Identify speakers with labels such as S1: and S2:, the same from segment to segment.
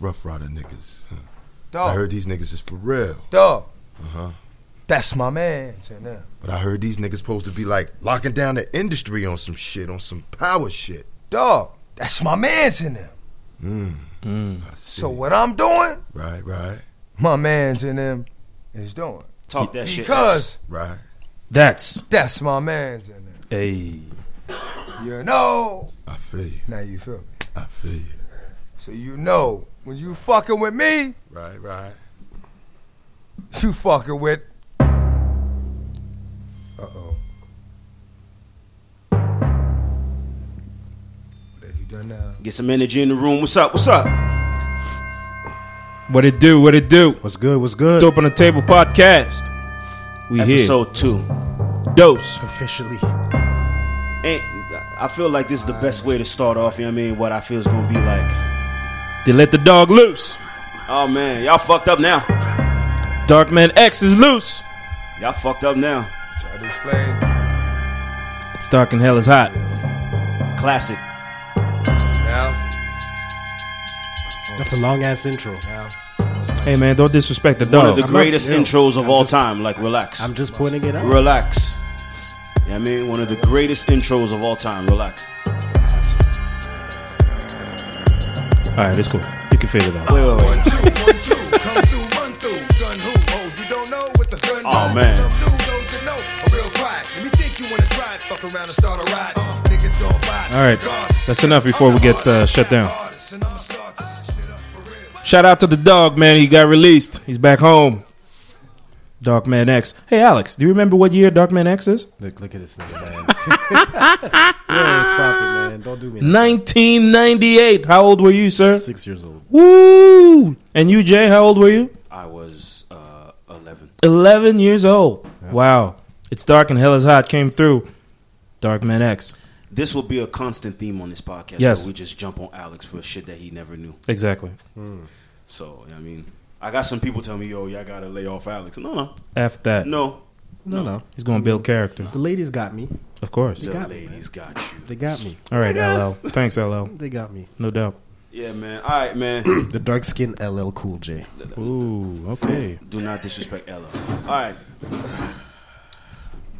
S1: Rough Rider niggas. Huh.
S2: Dog.
S1: I heard these niggas is for real.
S2: Dog.
S1: Uh-huh.
S2: That's my man. Saying that.
S1: But I heard these niggas supposed to be like locking down the industry on some shit, on some power shit.
S2: Dog, that's my man's in them.
S1: Mm. I see.
S2: So what I'm doing,
S1: Right, right,
S2: my man's in them is doing.
S3: Talk that shit.
S2: Because
S1: right.
S4: That's
S2: that's my man's in them.
S4: a
S2: You know.
S1: I feel you.
S2: Now you feel me.
S1: I feel you.
S2: So you know when you fucking with me,
S1: Right, right.
S2: you fucking with. Uh oh. What have you done now?
S3: Get some energy in the room. What's up? What's up?
S4: what it do? What it do?
S5: What's good? What's good?
S4: Dope on the table podcast. We
S3: Episode two.
S4: here. Dose.
S5: Officially,
S3: And I feel like this is the best way to start off. You know what I mean? What I feel is gonna be like.
S4: They let the dog loose.
S3: Oh man, y'all fucked up now.
S4: Darkman X is loose.
S3: Y'all fucked up now.
S2: Try to explain.
S4: It's dark and hell is hot.
S3: Classic.
S2: Now,
S5: that's a long ass intro.
S2: now.
S4: Hey man, don't disrespect the
S3: One
S4: dog.
S3: of the
S5: Oh. I'm
S3: greatest
S5: not- yo,
S3: intros of
S5: I'm
S3: all
S5: just-
S3: time. Like relax.
S5: I'm just pointing it out.
S3: relax. You know what I mean? One of the greatest intros of all time. Relax.
S4: All right, it's cool. You can figure it out.
S3: Wait, wait, wait.
S2: Two, one, two, come through, run through. Gun who? Oh, you don't know what the gun
S3: Aw,
S2: does.
S3: man.
S2: Some dude goes to know, a real quiet. Let me think you wanna try it. Fuck around and start a riot. Uh, niggas gon' buy it.
S4: All right,
S2: Regardless.
S4: that's enough before we get, uh, shut down.
S2: Artist, and I'ma start this shit up for real.
S4: Shout out to the dog man. He got released. He's back home. Darkman X. Hey Alex, do you remember what year Darkman X is?
S5: Look, look at this nigga, man. Yo, stop it, man. Don't do me. Like
S4: 1998. How old were you,
S5: that.
S4: sir?
S5: Six years old.
S4: Woo! And you, Jay, how old were you?
S3: I was uh, 11.
S4: 11 years old. Wow. It's dark and hell is hot came through. Darkman X.
S3: This will be a constant theme on this podcast.
S4: Yes.
S3: where we just jump on Alex for shit that he never knew.
S4: Exactly.
S3: So, you know what I mean, I got some people telling me, yo, y'all gotta lay off Alex. No, no,
S4: After that,
S3: no.
S5: No, no.
S4: he's going to build character.
S5: The ladies got me.
S4: Of course.
S3: The
S5: got me,
S3: ladies got you.
S5: They got me.
S4: All right, LL. Thanks, LL.
S5: They got me.
S4: No doubt.
S3: Yeah, man. All right, man.
S5: The dark skinned LL Cool J.
S4: Ooh, okay.
S3: Do not disrespect Ella. All right.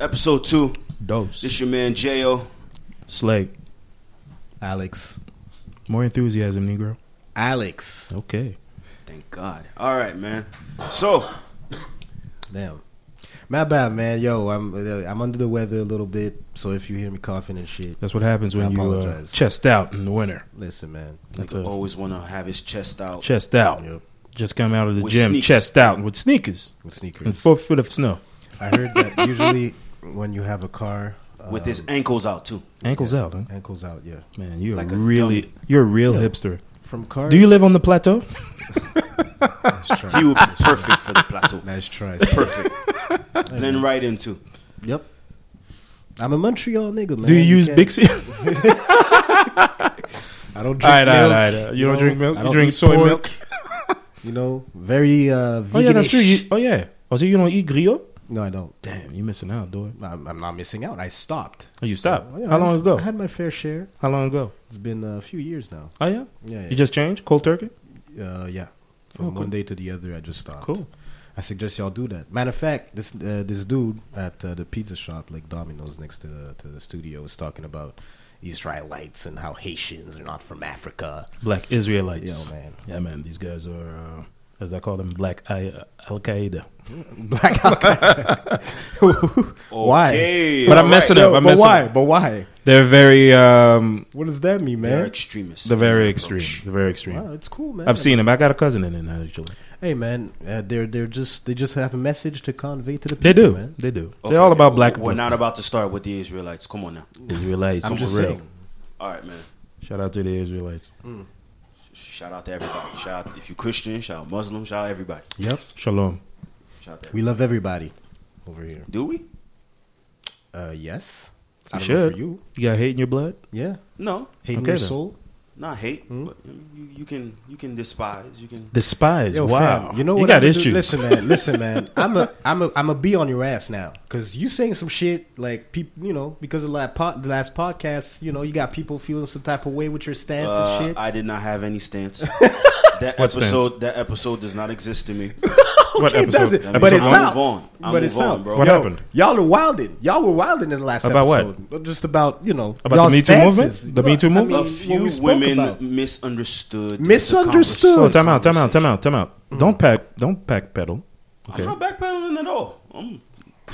S3: Episode two.
S4: Dose.
S3: This your man Jo.
S4: Slay.
S5: Alex.
S4: More enthusiasm, Negro.
S5: Alex.
S4: Okay.
S3: Thank God. All right, man. So
S5: Damn. My bad, man. Yo, I'm uh, I'm under the weather a little bit, so if you hear me coughing and shit,
S4: That's what happens when
S5: I
S4: you uh,
S5: apologize.
S4: chest out in the winter.
S5: listen, man.
S4: That's
S3: nigga
S4: a
S3: always want to have his chest out.
S4: chest out.
S5: Yo,
S4: Just come out of the
S3: With
S4: gym,
S3: sneaks.
S4: chest out with sneakers
S5: with
S4: and
S5: sneakers.
S4: four foot of snow,
S5: I heard that usually when you have a car
S3: with his
S5: um,
S3: ankles out too.
S4: ankles out. Huh?
S5: ankles out, yeah.
S4: Man, you're
S3: Like a
S4: really
S3: dummy.
S4: you're a real
S5: Yeah.
S4: hipster.
S5: From car,
S4: Do you live on the plateau?
S5: Nice try.
S3: He would be
S5: Nice try.
S3: perfect for the plateau.
S5: Nice try.
S3: Perfect. Blend right into.
S5: Yep. I'm a Montreal nigga, man.
S4: Do you use
S5: can't-
S4: Bixie?
S5: I don't drink
S4: All right,
S5: milk.
S4: all right, all right. You don't drink milk?
S5: I
S4: You
S5: don't
S4: drink
S5: eat
S4: soy milk?
S5: You know, very uh, vegan.
S4: oh yeah, that's true. You, oh yeah. Oh, so you don't eat griot?
S5: no, I don't.
S4: Damn, you missing out, dude.
S5: I'm, I'm not missing out. I stopped.
S4: Oh, you stopped.
S5: Yeah,
S4: How long
S5: I-
S4: ago?
S5: I had my fair share.
S4: How long ago?
S5: It's been a few years now.
S4: Oh yeah.
S5: Yeah, yeah.
S4: You just changed cold turkey.
S5: uh, yeah. From
S4: Oh,
S5: one
S4: cool.
S5: day to the other, I just stopped.
S4: Cool.
S5: I suggest y'all do that. Matter of fact, this uh, this dude at uh, the pizza shop, like Domino's, next to the, to the studio, was talking about Israelites and how Haitians are not from Africa.
S4: Black Israelites.
S5: Yo, man.
S4: Yeah, man. These guys are, uh, as I call them, black I- uh, Al Qaeda.
S5: Black Al Qaeda. Why?
S3: Okay.
S4: But I'm
S3: all
S4: messing
S3: right.
S4: up. I'm
S5: but
S4: messing
S5: why?
S4: up.
S5: But why?
S4: They're very, um,
S5: What does that mean,
S3: They're
S5: man?
S3: extremists.
S4: they're very
S3: Approach.
S4: extreme. They're very extreme.
S5: Wow, it's cool, man.
S4: I've seen them. I got a cousin in it actually.
S5: Hey, man, uh, they're they're just they just have a message to convey to the people.
S4: They do.
S5: man.
S4: They do.
S3: Okay,
S4: They're all
S3: okay.
S4: about black.
S3: We're not about to start with the Israelites. Come on now.
S4: Israelites.
S5: I'm
S4: for
S5: just
S4: real.
S5: saying.
S3: All right, man.
S4: Shout out to the Israelites.
S3: Shout out to everybody. Shout out if you Christian. Shout out Muslim. Shout out everybody.
S5: Yep,
S4: Shalom.
S3: Shout out to
S5: we love everybody over here.
S3: Do we?
S5: Uh, yes,
S4: You
S5: I don't know
S4: should.
S5: for you.
S4: You got hate in your blood?
S5: Yeah,
S3: No,
S5: hating
S4: Okay,
S5: your
S4: then.
S5: soul.
S3: not hate.
S5: Hmm?
S3: But you, you can you can despise. You can.
S4: Despise.
S5: Yo,
S4: wow.
S5: fam, you know what?
S4: You got
S5: I'ma do-
S4: issues.
S5: Listen, man. Listen, man. I'm a, I'm a, I'm a be on your ass now because you saying some shit like people, you know, because of that po- the last podcast, you know, you got people feeling some type of way with your stance
S3: Uh,
S5: and shit.
S3: I did not have any stance. That
S4: What stands?
S3: episode, that episode does not exist to me.
S4: what
S5: It does it,
S4: Episode
S5: but it's
S4: one?
S3: I'll
S5: out.
S3: move on. I'll move
S5: but it's
S3: on,
S5: out,
S3: bro.
S4: What
S5: Yo,
S4: happened?
S5: Y'all are wilding. Y'all were wilding in the last
S4: About what?
S5: episode. What? Just about you know
S4: About the
S5: y'all's
S4: Me Too movement?
S5: stances.
S4: The Me Too
S5: I mean,
S4: movement?
S3: A
S5: what
S3: few
S5: we spoke
S3: women
S5: about.
S3: misunderstood. the
S4: So
S5: Misunderstood.
S3: conversation.
S4: Oh, time out, time out, time out, time out.
S5: Mm.
S4: Don't pack, don't pack pedal. Okay.
S3: I'm not backpedaling at all. I'm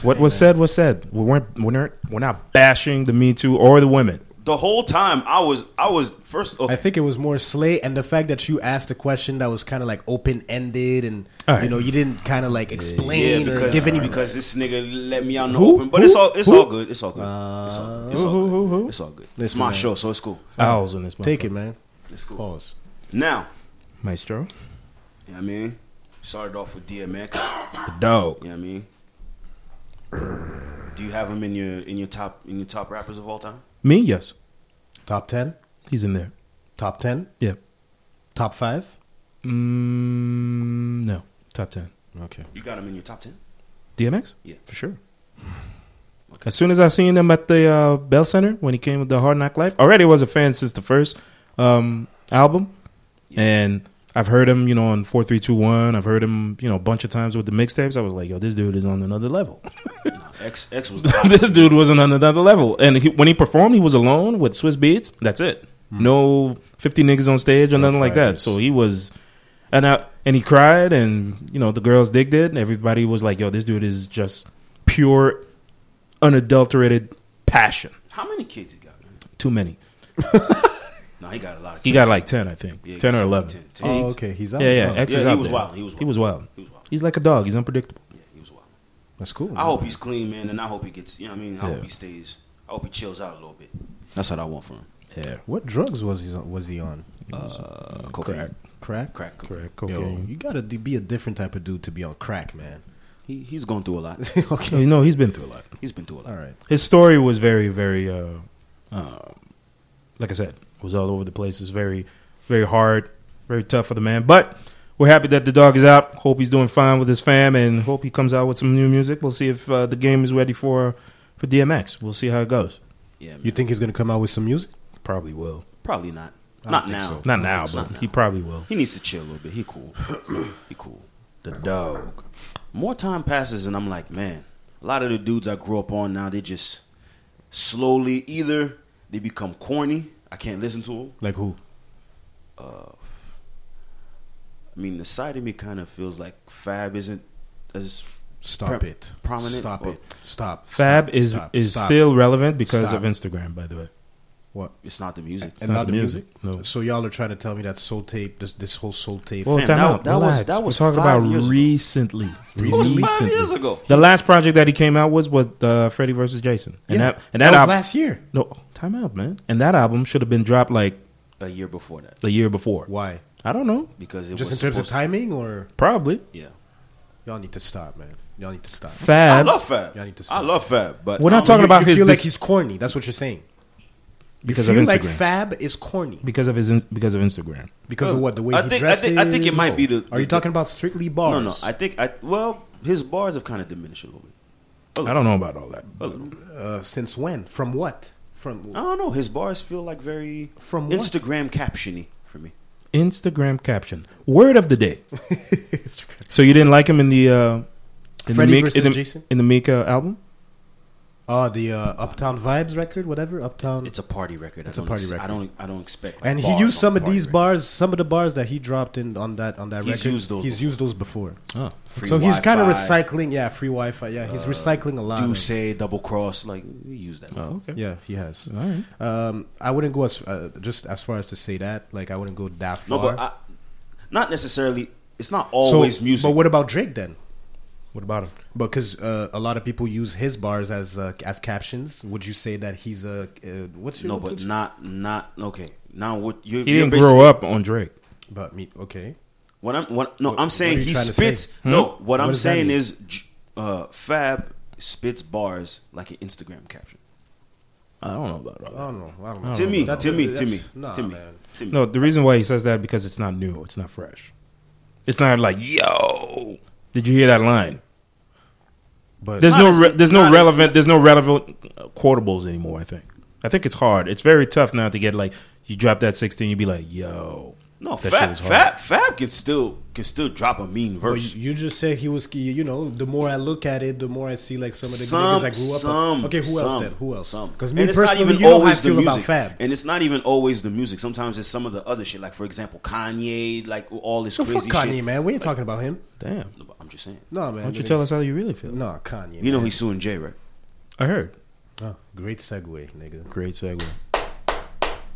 S4: What was said was said. We weren't, we're not, we're not bashing the Me Too or the women.
S3: the whole time I was I was first okay,
S5: I think it was more Slay, and the fact that you asked a question that was kind of like open ended, and
S4: All right.
S5: you know you didn't kind of like
S3: yeah,
S5: explain or
S3: because
S5: give any.
S3: because this nigga let me out in the
S5: Who?
S3: open. But
S5: Who?
S3: it's all it's
S5: Who?
S3: all good. It's all good. It's all good. It's all
S4: who,
S3: good.
S4: who, who?
S3: It's all good. It's
S5: Listen,
S3: my
S5: man.
S3: show, so it's cool.
S4: Owls in this.
S5: Take it, man.
S3: It's cool.
S5: Pause.
S3: Now, you
S4: maestro.
S3: know what I mean, started off with DMX.
S4: The dog.
S3: You know what I mean? Do you have him in your in your top in your top rappers of all time?
S4: Me, yes,
S5: Top ten,
S4: he's in there.
S5: top ten,
S4: Yeah.
S5: top five.
S4: Mm, no, top ten.
S5: Okay.
S3: You got him in your top ten?
S4: DMX.
S3: Yeah.
S4: for sure. As soon as I seen him at the uh, Bell Center when he came with the Hard Knock Life, already was a fan since the first um, album, and I've heard him, you know, on four three two one. I've heard him, you know, a bunch of times with the mixtapes. I was like, yo, this dude is on another level.
S3: X X was the top.
S4: this dude was on another level, and he, when he performed, he was alone with Swiss Beats. That's it. No fifty niggas on stage or nothing like that.
S5: fighters.
S4: So he was, and I, and he cried, and you know the girls digged it. And everybody was like, "Yo, this dude is just pure, unadulterated passion."
S3: How many kids he got? Man?
S4: Too many.
S3: No, he got a lot. Of kids.
S4: He got like ten, I think,
S3: Yeah, he
S4: ten
S3: got
S4: or
S3: some-
S4: eleven.
S3: 10, 10.
S5: Oh, okay. He's out.
S4: Yeah, yeah.
S5: Oh,
S4: X
S3: Yeah,
S4: is
S3: he
S4: out
S3: was
S4: there.
S3: wild. He was wild.
S4: He was wild.
S3: He was wild.
S4: He's like a dog. He's unpredictable.
S3: Yeah, he was wild.
S5: Oh, that's cool.
S3: I hope he's clean, man, and I hope he gets. You know what I mean? I hope he stays. I hope he chills out a little bit. That's what I want from him.
S4: Yeah.
S5: What drugs was he on? Was he on?
S3: Uh, cocaine, crack,
S5: Crack.
S3: crack, cocaine.
S4: Correct.
S5: Yo,
S4: Cocaine.
S5: you gotta d- be a different type of dude to be on crack, man.
S3: He he's gone through a lot.
S5: okay.
S4: You know, he's been through a lot.
S3: He's been through a lot.
S5: All right.
S4: his story was very, very, uh, uh, like I said, was all over the place. It's very, very hard, very tough for the man. But we're happy that the dog is out. Hope he's doing fine with his fam, and hope he comes out with some new music. We'll see if uh, the game is ready for for DMX. We'll see how it goes.
S3: Yeah, man.
S5: You think he's gonna come out with some music?
S4: Probably will.
S3: probably not.
S5: I don't
S3: Not
S5: think
S3: now.
S5: so.
S4: Not now,
S3: Not
S4: but
S3: now.
S4: he probably will.
S3: He needs to chill a little bit. He cool. he cool. The dog. More time passes, and I'm like, man, a lot of the dudes I grew up on now, they just slowly either they become corny. I can't listen to them.
S5: Like who?
S3: I mean, the side of me kind of feels like Fab isn't as
S5: Stop
S3: Pre-
S5: it.
S3: prominent
S5: Stop
S3: or-
S5: it. Stop.
S4: Fab
S5: Stop.
S4: is
S5: Stop.
S4: is
S5: Stop.
S4: still relevant because of
S5: Stop.
S4: Instagram, by the way.
S5: what?
S3: it's not the music.
S4: not the music. No.
S5: So y'all are trying to tell me that soul tape, this this whole soul tape.
S4: Well,
S3: Fam,
S4: time
S3: that-
S4: out.
S3: that was-
S4: Relax.
S3: that was
S4: We're talking
S3: five
S4: about
S3: years ago.
S4: recently.
S5: Recently?
S3: Five years ago.
S4: The last project that he came out was with uh, Freddy versus Jason, and
S5: Yeah.
S4: that and that,
S5: was
S4: album.
S5: last year.
S4: No, time out, man. And that album should have been dropped like
S3: A year before that,
S4: the year before.
S5: Why?
S4: I don't know.
S3: because it
S5: Just in
S3: was
S5: terms of
S3: supposed-
S5: timing, or
S4: Probably
S3: Yeah,
S5: y'all need to stop, man. Y'all need to stop.
S3: I
S4: Fab.
S3: love Fab.
S5: Y'all need to
S3: I
S5: stop.
S3: love Fab, but
S4: We're not
S3: I'm-
S4: talking
S5: You-
S4: about
S5: you
S4: his
S5: feel like
S4: dis-
S5: he's corny. That's what you're saying.
S4: because
S5: you
S4: of
S5: feel
S4: Instagram.
S5: like Fab is corny
S4: because of his in- because of Instagram.
S5: because of what the way
S3: I
S5: he
S3: think- I
S5: dresses.
S3: think- I think it might be the-
S5: Are you
S3: the-
S5: talking about strictly bars?
S3: No, no. I think I well, his bars have kind of diminished a little bit.
S4: I don't know about all that.
S3: A little bit.
S5: uh, since when? From what? From
S3: I don't know. His bars feel like very
S5: From what?
S3: Instagram captiony for me.
S4: Instagram caption. Word of the day. So you didn't like him in the uh, in
S5: Freddy
S4: the Meek,
S5: versus
S4: in the,
S5: Jason?
S4: in the Mika album.
S5: Oh, the uh, Uptown Vibes record, whatever. Uptown.
S3: Hmm. It's a party record.
S5: It's
S3: I
S5: a
S3: don't
S5: party
S3: ex- I
S5: record.
S3: don't. I don't expect. like,
S5: and he
S3: bars
S5: used
S3: on
S5: some
S3: a
S5: of
S3: party
S5: these
S3: record.
S5: bars, some of the bars that he dropped in on that on that
S3: He's
S5: record.
S3: used those
S5: he's
S3: before.
S5: used those before.
S4: Oh.
S3: Free
S5: so he's kind of
S3: Wi-Fi, Uh,
S5: recycling. Yeah, free Wi-Fi. Yeah, he's recycling a lot.
S3: Do
S5: of-
S3: say double cross like he used that.
S4: Oh, okay.
S5: yeah, he has.
S4: All right.
S5: Um, I wouldn't go as uh, just as far as to say that. Like, I wouldn't go that
S3: No,
S5: far.
S3: but I, not necessarily. It's not
S5: So-
S3: always music.
S5: But what about Drake then?
S4: What about him?
S5: Because uh, a lot of people use his bars as uh, as captions. Would you say that he's a uh, what's your
S3: no, but not not okay. Now what you
S4: He didn't grow up on Drake.
S5: But me, okay.
S3: What I'm what no,
S5: What-
S3: I'm
S5: what
S3: saying
S5: are you
S3: he
S5: trying to
S3: spits.
S5: say?
S3: No, what, I'm
S5: does that
S3: saying
S5: mean?
S3: is J- uh, Fab spits bars like an Instagram caption.
S4: I don't know about all that.
S5: I don't know. I don't know.
S4: Oh,
S3: to me,
S5: That's-
S3: to me, to
S5: that's-
S3: me,
S5: nah,
S3: to me,
S5: man.
S3: to me.
S4: No, the reason why he says that because it's not new, it's not fresh. It's not like, yo, did you hear that line?
S5: But
S4: There's no
S3: Honestly,
S4: re- there's no
S3: not-
S4: relevant there's no relevant uh, quotables anymore, I think. I think it's hard. It's very tough now to get like you drop that 16 you'd be like, yo.
S3: No,
S4: That shit
S3: Fab,
S4: was hard.
S3: Fab, Fab can still can still drop a mean
S5: Well,
S3: verse.
S5: you you just said he was. You know, the more I look at it, the more I see like some of the
S3: Some,
S5: niggas I grew up.
S3: some,
S5: on. Okay, who else
S3: some,
S5: then? Who else?
S3: some.
S5: Because me
S3: And it's not
S5: personally,
S3: even
S5: you know how I
S3: always the
S5: feel about
S3: music.
S5: Fab.
S3: and it's not even always the music. Sometimes it's some of the other shit, like for example, Kanye, like all this
S5: So fuck
S3: crazy
S5: Kanye,
S3: shit.
S5: man. We ain't talking about him.
S4: Damn.
S3: I'm just saying.
S5: No, man.
S4: Why don't you
S5: nigga.
S4: tell us how you really feel?
S5: No, Kanye.
S3: You know
S5: man.
S3: he's suing Jay, right?
S4: I heard.
S5: Oh, great segue, nigga.
S4: Great segue.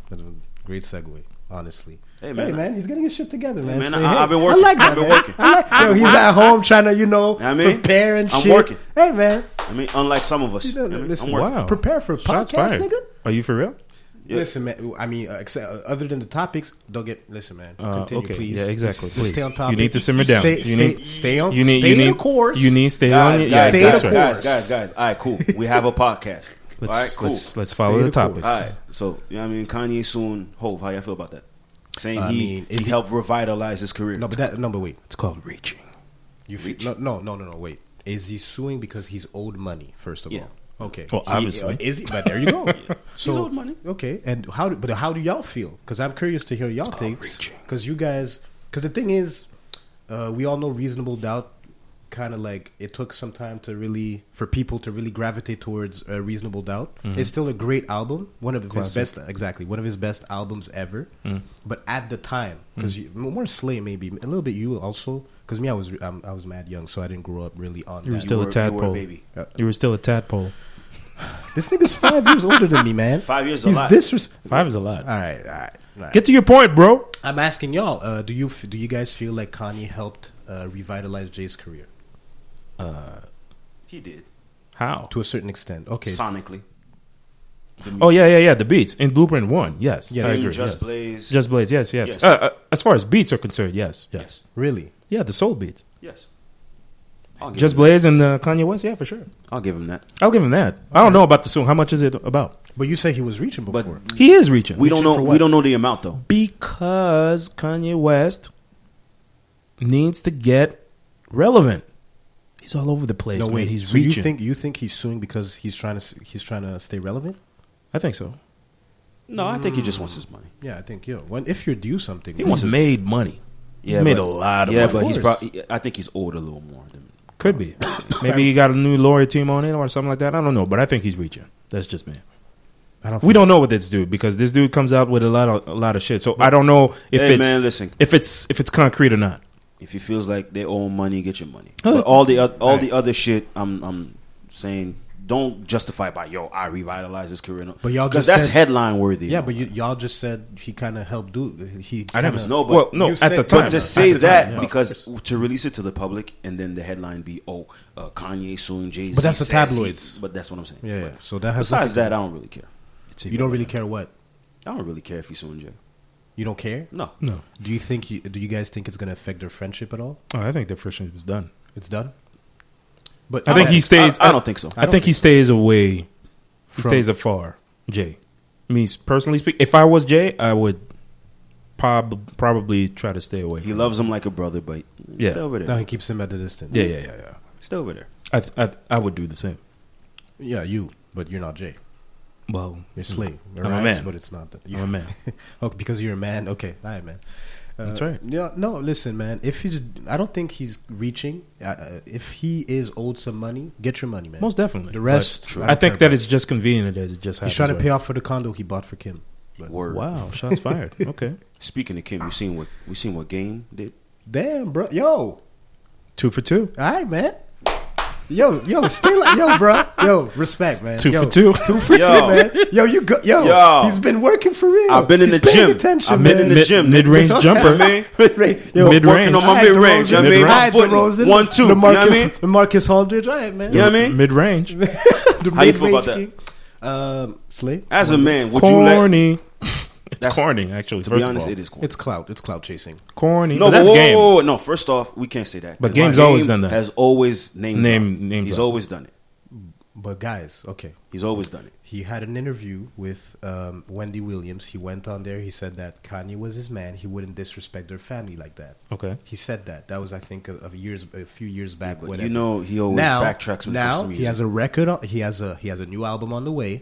S5: That's a Great segue, honestly.
S3: Hey, man.
S5: he's getting his shit together, man.
S3: man,
S5: Say,
S3: I-
S5: hey,
S3: I've been working.
S5: I like that,
S3: I've been
S5: man.
S3: working.
S5: I like- yo, he's at home trying to, you know,
S3: I mean,
S5: prepare and
S3: I'm
S5: shit.
S3: working.
S5: Hey, man.
S3: I mean, unlike some of us.
S5: You know,
S3: I mean, I'm
S5: listen,
S3: working.
S4: Wow.
S5: Prepare for a
S4: Shots
S5: podcast,
S4: fired.
S5: nigga.
S4: Are you for real?
S3: Yeah.
S5: Listen, man. I mean, uh, except, uh, other than the topics, don't get. Listen, man.
S4: Uh,
S5: Continue,
S4: okay.
S5: please.
S4: Yeah, exactly.
S5: Just- just
S4: Please.
S5: Stay on
S4: You
S5: topic.
S4: need to simmer down.
S5: Stay,
S4: You
S5: stay,
S4: need-
S5: stay on.
S4: You need.
S5: stay
S4: you need.
S5: the course.
S4: You need stay on.
S3: Guys,
S4: it.
S5: yeah,
S3: guys,
S5: stay
S3: guys,
S5: the
S4: right.
S5: course.
S3: guys, guys, guys. All right, cool. We have a podcast.
S4: Let's
S3: All right, cool.
S4: let's let's follow the
S5: Stay the course.
S4: topics.
S3: All right, so you know what I mean, Kanye soon. Hope, how y'all feel about that? Saying
S5: I
S3: he
S5: mean, is
S3: he
S5: he-
S3: helped revitalize his career.
S5: No, but that. No, but wait.
S4: It's called reaching.
S5: You feel, no, no, no, no, no. Wait. Is he suing because he's owed money? First of
S3: Yeah.
S5: all, okay.
S4: Well,
S5: He-
S4: obviously.
S5: uh, is he? But there you go. so,
S3: owed money.
S5: Okay, and how? do- But how do y'all feel? Because I'm curious to hear y'all takes.
S4: Oh, reaching.
S5: Because you guys. Because the thing is, uh, we all know reasonable doubt. Kind of like it took some time to really for people to really gravitate towards uh, reasonable doubt. It's still a great album, one of
S4: Mm-hmm. Classic. Mm.
S5: his best, exactly one of his best albums ever. But at the time, because more Slay maybe a little bit you also, because me I was um, I was mad young, so I didn't grow up really on
S4: You were
S5: that.
S4: still
S3: were- you
S4: a
S3: were a
S4: tadpole.
S3: baby.
S5: Yeah.
S4: You were still a tadpole.
S5: This nigga's five years older than me, man.
S3: Five years a
S5: He's
S3: lot.
S5: disres-
S4: Five is a lot.
S5: All right, all right. all right.
S4: Get to your point, bro.
S5: I'm asking y'all. Uh, do you f- do you guys feel like Kanye helped uh, revitalize Jay's career
S3: he did
S4: How?
S5: to a certain extent? Okay,
S3: sonically. The
S4: Oh yeah, yeah, yeah. The beats in Blueprint One. Yes,
S5: Yes.
S4: I
S5: In
S4: agree.
S3: Just
S4: yes.
S3: Blaze.
S4: Just Blaze. Yes, yes.
S3: Yes.
S4: Uh, uh, as far as beats are concerned, yes, yes,
S3: yes,
S5: really?
S4: Yeah, the soul beats.
S3: yes. I'll give
S4: Just
S3: him
S4: Blaze and uh, Kanye West. Yeah, for sure.
S3: that. I'll give him that.
S4: I'll give him that. I don't know about the song. How much is it about?
S5: But you say he was reaching
S3: But
S5: before.
S4: He is reaching.
S3: we don't
S5: Reaching
S3: know.
S5: for
S3: We
S5: what?
S3: don't know the amount though.
S4: because Kanye West needs to get relevant. He's all over the place.
S5: no
S4: man.
S5: way.
S4: He's
S5: so
S4: reaching.
S5: you think you think he's suing because he's trying to s- he's trying to stay relevant?
S4: I think so.
S3: No, I think he just wants his money.
S5: Yeah, I think yo. When if you're due something,
S4: He
S5: this
S4: wants
S5: is-
S4: made money. He's made a lot of
S3: yeah,
S4: money.
S3: but he's
S5: Of
S3: probably. I think he's owed a little more than.
S4: Could be. Maybe he got a new lawyer team on it or something like that. I don't know, but I think he's reaching. That's just me.
S5: I don't
S4: We don't know what this dude because this dude comes out with a lot of a lot of shit. So I don't know if
S3: hey
S4: it's
S3: man, listen.
S4: if it's if it's concrete or not.
S3: If he feels like they owe him money, get your money.
S4: Oh.
S3: But all the oth- all
S4: Right.
S3: the other shit, I'm I'm saying, don't justify by yo. I revitalized his career.
S5: But y'all
S3: 'Cause
S5: just
S3: that's
S5: said-
S3: headline worthy.
S5: Yeah, but you, y'all just said he kind of helped do. He
S4: I never
S5: kinda-
S3: No, but
S4: well, no,
S5: you
S4: at
S5: said-
S4: the
S5: But
S4: time.
S3: But to
S4: at
S3: say
S4: the time,
S3: that,
S4: yeah.
S3: because to release it to the public and then the headline be, oh, uh, Kanye suing Jay Z.
S5: But that's the tabloids.
S3: but that's what I'm saying.
S5: Yeah, yeah.
S3: But
S5: So that has
S3: Besides
S5: nothing-
S3: that, I don't really care.
S5: you don't really care what
S3: I don't really care if he's suing Jay.
S5: you don't care.
S3: No.
S4: No,
S5: Do you think you, do you guys think it's going to affect their friendship at all?
S4: oh, I think the friendship is done.
S5: It's done. But
S4: I think
S5: okay.
S4: he stays.
S3: I, I don't think so.
S4: I,
S5: don't
S4: think he stays away. He
S5: From-
S4: stays afar. Jay. Me personally speaking, if I was Jay, I would prob- probably try to stay away.
S3: He
S4: from
S3: loves him like a brother, but
S4: Yeah.
S3: stay over there.
S5: No, he keeps him at a distance.
S4: Yeah, yeah, yeah, yeah.
S3: Stay over there.
S4: I, th- I, th- I would do the same.
S5: yeah. You, but you're not Jay.
S4: Well, hmm.
S5: You're Slay.
S4: I'm a
S5: Alright,
S4: man.
S5: but it's not. That.
S4: I'm a man.
S5: oh, because you're a man. Okay, all right, man. Uh,
S4: That's right.
S5: Yeah, no. Listen, man. If he's, I don't think he's reaching. Uh, Uh, if he is owed some money, get your money, man.
S4: most definitely.
S5: The rest,
S4: But
S5: True.
S4: I think that it's just convenient that it just happens.
S5: he's trying to
S4: right.
S5: pay off for the condo he bought for Kim. But
S3: Word.
S4: Wow, shots fired. Okay,
S3: Speaking of Kim, you seen what we seen what game did?
S5: damn, bro, yo,
S4: two for two.
S5: All right, man. Yo, yo, stay like, yo, bro. Yo, respect, man.
S4: Two
S5: Yo,
S4: for two.
S5: Two for
S3: Yo.
S5: two, man. Yo, you go, yo,
S3: Yo.
S5: He's been working for real.
S3: I've been in
S5: He's
S3: the
S5: paying
S3: gym.
S5: Attention,
S3: I've
S5: man.
S3: been in the gym.
S4: mid range jumper.
S5: Mid-range. Yo,
S4: Mid-range.
S3: Working on
S5: all
S3: my
S5: right,
S3: mid range. I
S5: DeRozan.
S3: mean, my
S5: All right,
S3: foot.
S5: DeRozan.
S3: One two. You know what I mean?
S5: LaMarcus, LaMarcus Aldridge. All right, man.
S3: You know what I mean?
S4: Mid range.
S5: The
S3: How you feel about
S5: mid-range king. Um, Slay.
S3: As a man, would you let?
S4: Corny. it's
S3: That's-
S4: corny, actually.
S3: To
S4: first
S3: be honest,
S4: of all.
S3: it is corny.
S5: It's clout. It's clout chasing.
S4: corny.
S3: No,
S4: but that's
S3: whoa,
S4: game.
S3: Whoa, whoa, no, first off, we can't say that.
S4: But
S3: 'cause
S4: Game's
S3: Game
S4: always done that.
S3: Has always named
S4: Name- name
S3: He's
S4: drop.
S3: always done it.
S5: But guys, okay.
S3: He's always done it.
S5: He had an interview with um, Wendy Williams. He went on there. He said that Kanye was his man. He wouldn't disrespect their family like that.
S4: Okay.
S5: He said that. That was, I think, a, of years, a few years back.
S3: But
S5: whatever.
S3: you know, he always
S5: now,
S3: backtracks when it
S5: now
S3: comes to music.
S5: he has a
S3: Mm-hmm.
S5: record. On, he has a he has a new album on the way.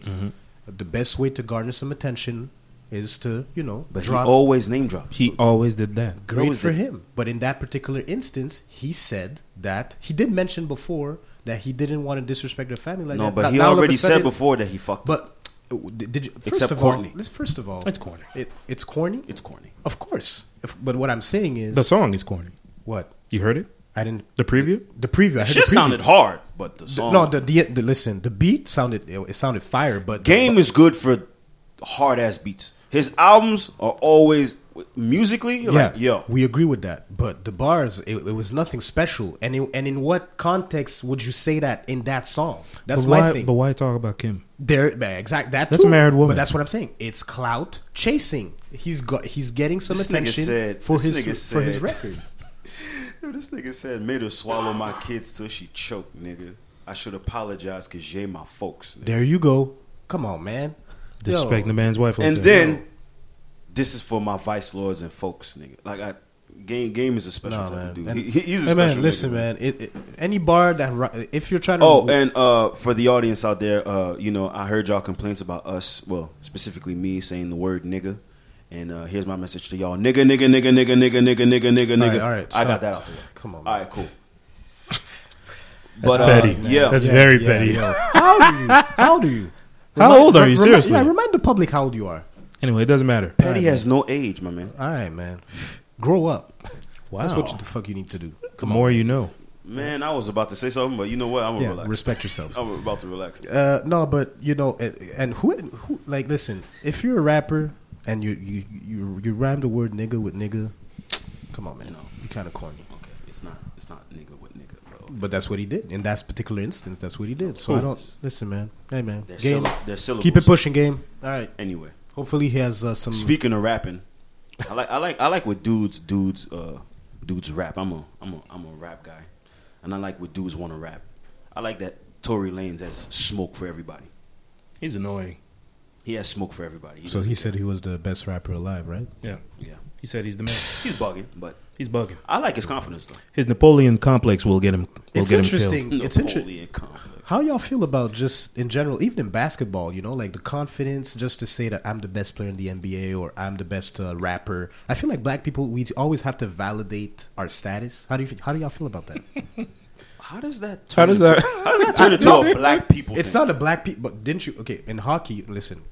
S5: The best way to garner some attention is to you know
S3: But
S5: drop.
S3: he always name drops.
S4: He always did that.
S5: Great
S3: always
S5: for
S3: did.
S5: him. But in that particular instance, he said that he did mention before that he didn't want to disrespect their family like
S3: no,
S5: that.
S3: but
S5: Now-
S3: he
S5: now all of a
S3: already said
S5: sudden-
S3: before that he fucked. up.
S5: But uh, did did you, first
S3: Except
S5: of
S3: corny.
S5: All, let's- first of all,
S4: It's corny.
S5: It, it's corny.
S3: it's corny.
S5: Of course. If, but what I'm saying is
S4: The song is corny.
S5: what
S4: You heard it?
S5: I didn't.
S4: The preview?
S5: The preview. I heard
S3: Shit
S5: the preview.
S3: sounded hard, but the
S5: The-
S3: song
S5: no, the, the, the listen. The beat sounded it, it sounded fire, but
S3: game is good for hard ass beats. His albums are always musically you're
S5: yeah,
S3: like yo.
S5: we agree with that. But the bars, it, it was nothing special. And it, and in what context would you say that in that song? That's
S4: but
S5: my
S4: why,
S5: thing.
S4: But why talk about Kim?
S5: There, man, exact that.
S4: That's
S5: too.
S4: a married woman.
S5: But that's what I'm saying. It's clout chasing. He's got. He's getting some
S3: This nigga
S5: attention
S3: said-
S5: for
S3: this
S5: his
S3: nigga
S5: for his
S3: said-
S5: record.
S3: Yo, this nigga said made her swallow my kids till she choked, nigga. I should apologize cause you my folks. Nigga.
S5: There you go. Come on, man.
S4: Disrespecting
S5: Yo,
S4: the man's wife. like
S3: And
S4: that.
S3: then this is for my vice lords and folks, nigga. Like I game game is a special
S5: nah,
S3: type
S5: man.
S3: of dude.
S5: And-
S3: He, he- he's a
S5: hey,
S3: special
S5: man, listen,
S3: nigga,
S5: man. It, it, any bar that ri- if you're trying to
S3: Oh, and uh, for the audience out there, uh, you know, I heard y'all complaints about us, well, specifically me saying the word nigga. And uh, here's my message to y'all nigga, nigga, nigga, nigga, nigga, nigga, nigga, nigga,
S5: All right,
S3: nigga.
S5: all right,
S3: I
S5: stop.
S3: got that out the way.
S5: Come on,
S3: All
S5: man.
S3: right, cool.
S4: that's
S3: uh,
S4: petty.
S3: yeah.
S4: that's
S5: Yeah,
S4: very
S5: yeah,
S4: petty.
S5: yeah. how do you? How do you?
S4: How old are you,
S5: remi-
S4: seriously?
S5: Yeah, remind the public how old you are.
S4: Anyway, it doesn't matter.
S3: Petty has no age, my man.
S5: All right, man. Grow up.
S4: Wow.
S5: That's what you, the fuck you need to do.
S4: the more you know.
S3: Man, I was about to say something, but you know what? I'm gonna
S5: Yeah,
S3: relax.
S5: respect yourself.
S3: I'm about to relax.
S5: Uh, no, but you know, and, and who, who, like, listen, if you're a rapper and you you you, you rhyme the word nigga with nigga, come on, man, no, you kind of corny.
S3: Okay, it's not, it's not nigga with nigga, bro.
S5: But that's what he did in that particular instance. That's what he did. So I
S4: Cool.
S5: don't listen, man. Hey, man,
S3: They're,
S5: game.
S3: sylla- they're syllables.
S5: Keep it pushing, game. All right.
S3: Anyway.
S5: Hopefully, he has uh, some.
S3: Speaking of rapping, I like I like I like what dudes dudes uh dudes rap. I'm a I'm a I'm a rap guy, and I like what dudes want to rap. I like that Tory Lanez has smoke for everybody.
S4: He's annoying.
S3: He has smoke for everybody.
S5: So he said he was the best rapper alive, right?
S4: Yeah.
S3: yeah,
S4: He said he's the man.
S3: he's bugging, but
S4: He's bugging.
S3: I like his confidence though.
S4: His Napoleon complex will get him. Will
S5: it's
S4: get Him
S5: interesting.
S3: Napoleon
S5: It's interesting.
S3: complex.
S5: How y'all feel about just in general, even in basketball, you know, like the confidence just to say that I'm the best player in the NBA or I'm the best uh, rapper. I feel like black people we always have to validate our status. How do you how do y'all feel about that?
S3: How does that? Turn
S4: How does
S3: into,
S4: that-
S3: How does that turn into a black people?
S5: it's
S3: thing?
S5: not a black people, but didn't you? Okay, in hockey, listen,